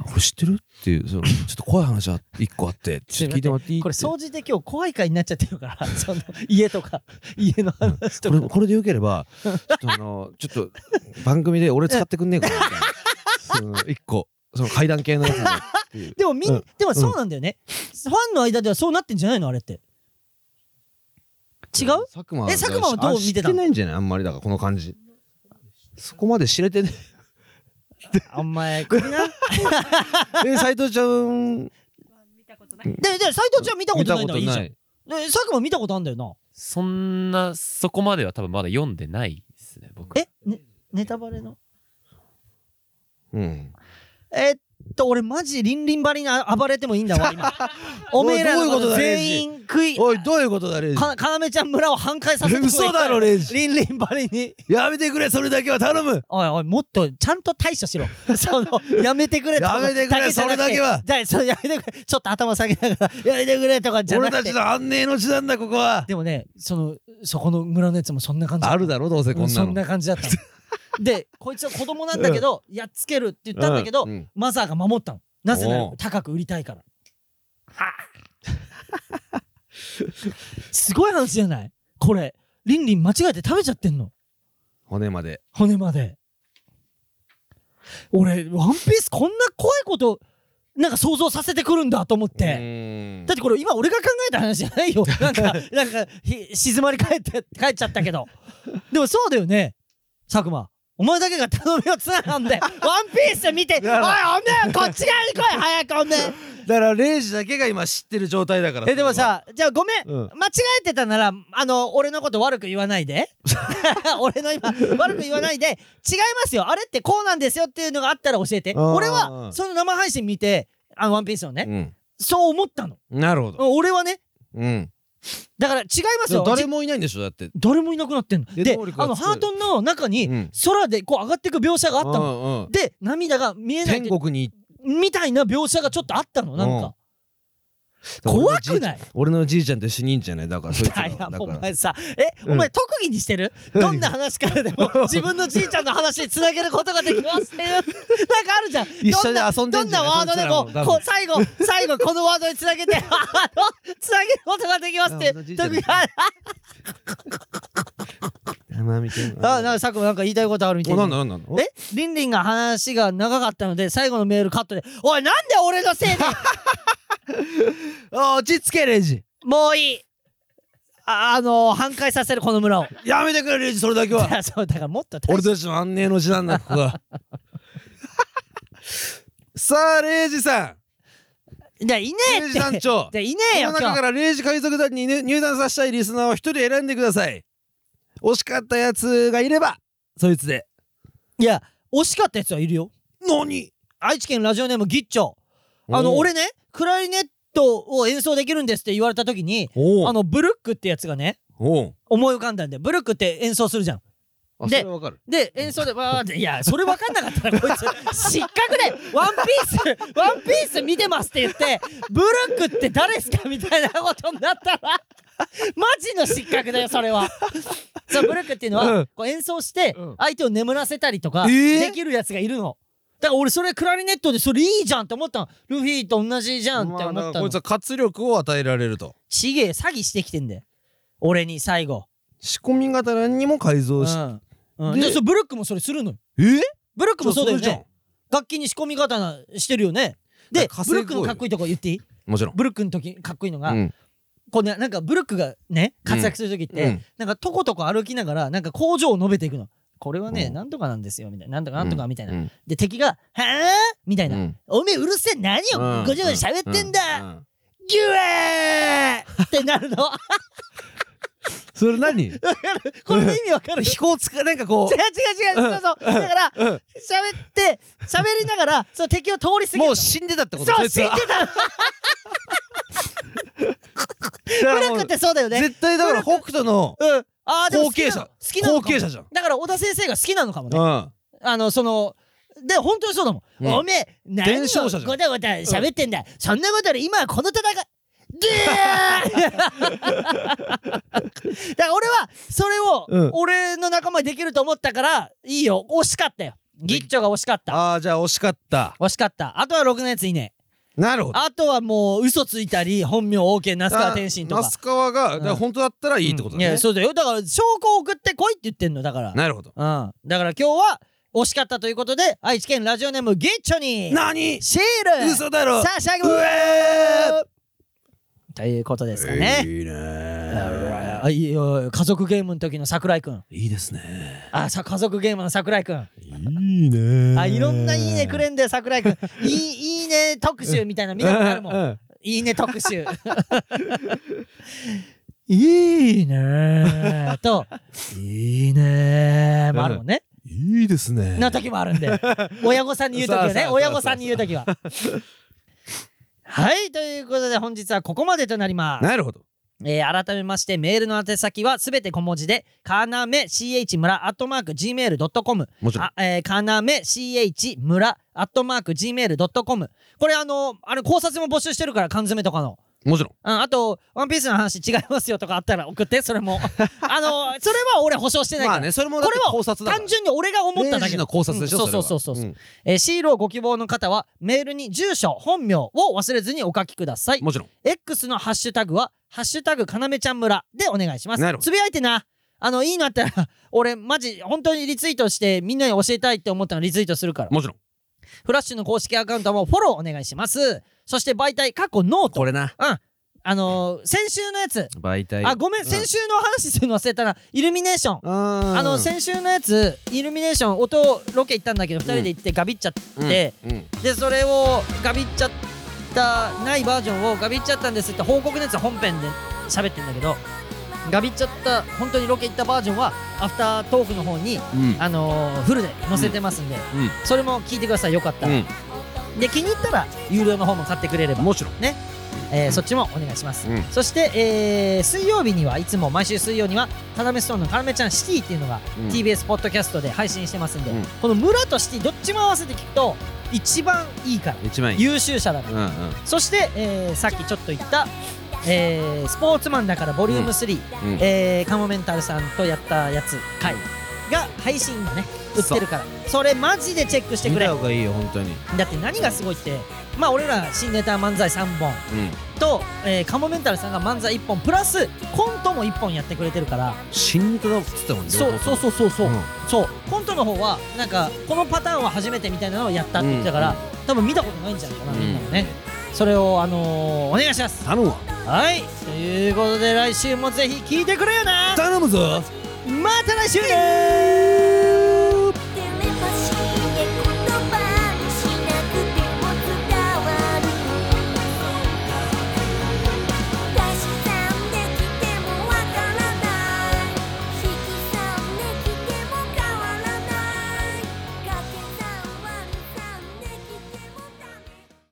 C: これ知ってるっていう、その、ちょっと怖い話あ一個あ って、ちょっと聞いてもらっていい
A: これ
C: って
A: 掃除で今日怖い回になっちゃってるから、 その家とか、家の話と
C: こ
A: か。
C: れ、これでよければ、ちょっとあの、ちょっと、番組で俺使ってくんねえかなみたいな。その、一個、その階段系の やつにっていう。
A: でもみん、
C: うん
A: でもそうなんだよね、ファンの間ではそうなってんじゃないのあれって。違う
C: 佐久間
A: え佐久間はどう見てた
C: あ知ってないんじゃないあんまりだから、この感じ。そこまで知 れてね。
A: あんまり。で、で、
C: え、斎藤ちゃ
A: 斎
C: ん、
A: 藤ちゃん見たこ
C: 見
A: と
C: た
A: ないのは
C: こと
A: いいじゃん。
C: な
A: で
C: い。、
A: 佐久間見たことあんだよな。
B: そんなそこまでは多分まだ読んでないですね僕
A: え、ね、ネタバレの
C: うん。
A: えっと、俺マジリンリンばりに暴れてもいいんだわ、 今。おめえらのこと全員食い、
C: おい、どういうことだ、レイジ。
A: かかなめちゃん村を反壊させてもいい
C: 嘘だろ、レイジ。
A: リンリンばりに。
C: やめてくれ、それだけは頼む。
A: おいおい、もっとちゃんと対処し ろ。その、やめてくれとか
C: やめてくれ
A: じゃなく
C: それだけは
A: じゃあ、それやめてくれ。ちょっと頭下げながら、やめ てくれとかじゃな
C: 俺
A: く
C: たち
A: て。
C: の安寧の地なんだ、ここは。
A: でもね、その、そこの村のやつもそんな感じだった。
C: あるだろ、どうせこ
A: うんん
C: な
A: そ
C: の
A: ん。な感じだった の。で、こいつは子供なんだけど、やっつけるって言ったんだけど
C: う、ん
A: マザーが守ったの。なぜなら
C: おう
A: 高く売りたいから。すごい話じゃないこれ、リンリン間違えて食べちゃってんの。
C: 骨まで。
A: 骨まで。俺、ワンピースこんな怖いこと、なんか想像させてくるんだと思って。
C: て
A: だってこれ今俺が考えた話じゃないよ。なんか、なんか、ひ静まり返って、帰っちゃったけど。でもそうだよね、佐久間。お前だけが頼みをつながんで、ワンピース見て、おい、おめ
C: ら
A: え、こっち側に来い、早く、おめえ。
C: だからレイジだけが今知ってる状態だから
A: え、でもさ、じゃあごめん。
C: それは
A: 間違えてたなら、あの、俺のこと悪く言わない で。俺の今、悪く言わないで、違いますよ。あれってこうなんですよっていうのがあったら教えて。
C: あー
A: 俺は、その生配信見て、あの、ワンピースを
C: う
A: ね、
C: ん、
A: そう思ったの。
C: うん、なるほど、
A: 俺はね、
C: うん、
A: だから違います
C: でも
A: よ。
C: 誰
A: じ
C: もいないんでしょだって
A: 誰もいなくなってんの。
C: で
A: で
C: 能、力が
A: あの、
C: つく
A: ハートの中
C: う
A: に
C: ん、
A: 空でこう上がってく描写があ
C: あ
A: ったの。
C: うんうん、
A: で、涙が見えない
C: 天国に
A: みたいな描写がちょっとあったの、なん
C: うん
A: か。怖くない
C: 俺のじいちゃんと一緒にいいんじゃないだからそいつ
A: だ
C: ら
A: よ
C: だから
A: お前さえ、お前特技にしてるどんな話からでも自分のじいちゃんの話につなげることができます っていうなんかあるじゃん
C: 一緒に遊んでんじゃ
A: どんな
C: な
A: ワー
C: い
A: ドで
C: そいつ
A: も
C: らの多分
A: こう最後最後このワードにつなげ てあのつなげることができますって
C: うん
A: 特技あ
C: 生身犬
A: あなんか佐久間なんか言いたいことあるみたい
C: お
A: な
C: なんだなんだなんだ
A: えリンリンが話が長かったので最後のメールカットで「おいなんで俺のせ いで
C: あ落ち着けレイジ
A: もういいああのー、反壊させるこの村を」
C: やめてくれレイジそれだ けはい
A: や そうだからもっと大
C: 俺たちの安寧の地なんだこ こがさあレイジさ
A: いやいね
C: ん
A: え
C: レイ
A: っ
C: ジ団
A: て
C: 長
A: でいねえ
C: こ
A: よ
C: の中
A: 今
C: か
A: 日
C: らレイジ海賊団に入入団させたいリスナーを一人選んでください惜しかったやつがいればそいつで
A: いや惜しかったやつはいるよ
C: 何
A: 愛知県ラジオネームギッチョあの俺ねクラリネットを演奏できるんですって言われた時に
C: おう
A: あのブルックってやつがね
C: おう
A: 思い浮かんだんでブルックって演奏するじゃん
C: あ
A: で
C: それはわかる
A: で演奏でわーっていやそれ分かんなかったらこい つ失格で「ワンピースワンピース見てます」って言って「ブルックって誰ですか?」みたいなことになったらマジの失格だよそれは。そうブルックっていうのは、こう演奏して相手を眠らせたりとか
C: えー
A: できるやつがいるの。だから俺それクラリネットでそれいいじゃんって思ったのルフィと同じじゃんって思
C: まあだ
A: った
C: からこ
A: の
C: いつは活力を与えられると
A: ちげえ詐欺してきてんだよ俺に最後
C: 仕込み型何にも改造し
A: うんうん、でそうブルックもそれするのよ
C: え
A: ブルックもそうだよ
C: じゃあれ
A: ね楽器に仕込み刀してるよね
C: だ
A: で
C: から
A: ブル
C: 稼
A: ック
C: ごうよ
A: のかっこいいとこ言っていい
C: じゃんもちろん
A: ブルックの時かっこいいのが、
C: うん
A: こうねなんかブルックがね活躍する時って、
C: うん
A: なんかとことこ歩きながらなんか工場を述べていくのこれはね、
C: うん
A: なんとかなんですよみたいななんとかなんとかみたいな、
C: うん
A: で敵が「はぁ?」みたいな「おめえうるせえ何をごちゃごちゃ喋ってんだ、
C: うんうん
A: ギュエー!」ってなるの
C: それ 何
A: これの意味わかる
C: 飛行つかなんかこ
A: 違う違う違う、そうそうだから
C: う、うん、
A: 喋って喋りながらその敵を通り 過ぎるの
C: もう死んでたってこと
A: そう
C: そ
A: 死
C: い
A: ん
C: つ
A: で
C: は
A: たの ブル
C: だからもう
A: ックってそうだよね
C: 絶対だから北斗の
A: うん。ああ、でも
C: 後
A: 好き
C: 継
A: なの
C: 者
A: 好きなの
C: 後
A: かも
C: 継者じゃん
A: だから小田先生が好きなのかも
C: う
A: ね。
C: ん
A: あの、その、で、本当にそうだもん。
C: うん
A: おめえ、何を
C: 伝承者じゃん
A: ごたごた喋ってんだ。そんなことより今はこの戦い。でーだか ら俺はそれ
C: うん
A: を俺の仲間にできると思ったからいいよ惜しかったよギッチョが惜しかった
C: ああじゃあ惜しかった
A: 惜しかったあとはろくなやついねえ
C: なるほど
A: あとはもう嘘ついたり本名 OK 那須川天心と
C: 那
A: か
C: 須川がだから本当だったらいいってこと
A: い
C: だ
A: や
C: ね
A: そうだよだから証拠を送ってこいって言ってんのだから
C: なるほど
A: うん。だから今日は惜しかったということで、愛知県ラジオネームゲッチョに、
C: 何
A: シール
C: 嘘だろ
A: 差し上げ
C: う
A: ます
C: えー
A: ということですかね。
F: いいね
A: あいいよ家族ゲームの時の桜井くん。
C: いいですね
A: あ、さ、家族ゲームの桜井くん。
F: いいね
A: あ、いろんないいねくれんだよ、桜井 くん。いい、いいね特集みたいな見たことあるもん。
C: ん
A: いいね特集。 いいね と、いいねもあるもんね。
F: いいですね
A: の時もあるん で親御さんに言う時は
C: そうそう
A: ね
C: そう
A: 親御さんに言う時ははいということで本日はここまでとなります、
C: なるほど
A: えー改めましてメールの宛先はすべて小文字でかなめ CH 村アットマーク Gmail.com
C: もちろん
A: あ、えー、かなめ CH 村アットマーク Gmail.com これあのあれ考察も募集してるから缶詰とかの
C: もちろん
A: うん、あと、ワンピースの話違いますよとかあったら送って、それ も。あの、それは俺保証してないか
C: ま
A: ら。
C: あねそれもだっ
A: こ
C: て
A: れは
C: 考察だから
A: 単純に俺が思っただけ
C: 明治の考察でしょ
A: うんそうそうそうそう、
C: れは
A: えーシールをご希望の方はメールに住所本名を忘れずにお書きください
C: んもちろん
A: X のハッシュタグは「ハッシュタグかなめちゃん村」でお願いします
C: なるほど
A: つぶやいてなあのいいのあったら 俺マジ本当にリツイートしてみんなに教えたいって思ったらリツイートするから
C: もちろん
A: フラッシュの公式アカウントもフォローお願いしますそして媒体過去ノート
C: これな
A: あのー先週のやつ
C: 媒体
A: あごめん先週の話するの忘れたなイルミネーションあ
C: あ
A: の先週のやつイルミネーション音ロケ行ったんだけど2人で行ってガビっちゃって、でそれをガビっちゃったないバージョンをガビっちゃったんですって報告のやつは本編で喋ってんだけどガビっちゃった本当にロケ行ったバージョンはアフタートークの方に、
C: うん
A: あのーフルで載せてますんで、
C: うんうん
A: それも聞いてくださいよかったら、
C: う
A: で気に入ったら有料の方も買ってくれれば
C: んもちろん
A: えーそっちもお願いします、
C: うん
A: そして、えー水曜日にはいつも毎週水曜には「カナメストーンのカナメちゃんシティ」っていうのが
C: うん
A: TBS ポッドキャストで配信してますんで、
C: うん
A: この村とシティどっちも合わせて聞くと一番いいから
C: 一番いい
A: 優秀者だか
C: う
A: ら
C: んうん
A: そして、えーさっきちょっと言った、えースポーツマンだからボリューム3、
C: うん
A: えーカモメンタルさんとやったやつ回が配信今ね売ってるからそれマジでチェックして
C: 見
A: くれ
C: た方がいいよ本当に
A: だって何がすごいってまあ俺ら新ネタ漫才3本
C: うん
A: と、えーカモメンタルさんが漫才1本プラスコントも1本やってくれてるから
C: 新ネタだっつったもんね
A: そうそうそうそうそう、
C: うん
A: そうコントの方はなんかこのパターンは初めてみたいなのをやったって言ってたから、
C: うん
A: 多分見たことないんじゃないかな、
C: うん
A: みんなもねそれをあのーお願いします
C: 頼むわ
A: はいということで来週もぜひ聞いてくれよな
C: 頼むぞ
A: また来週ね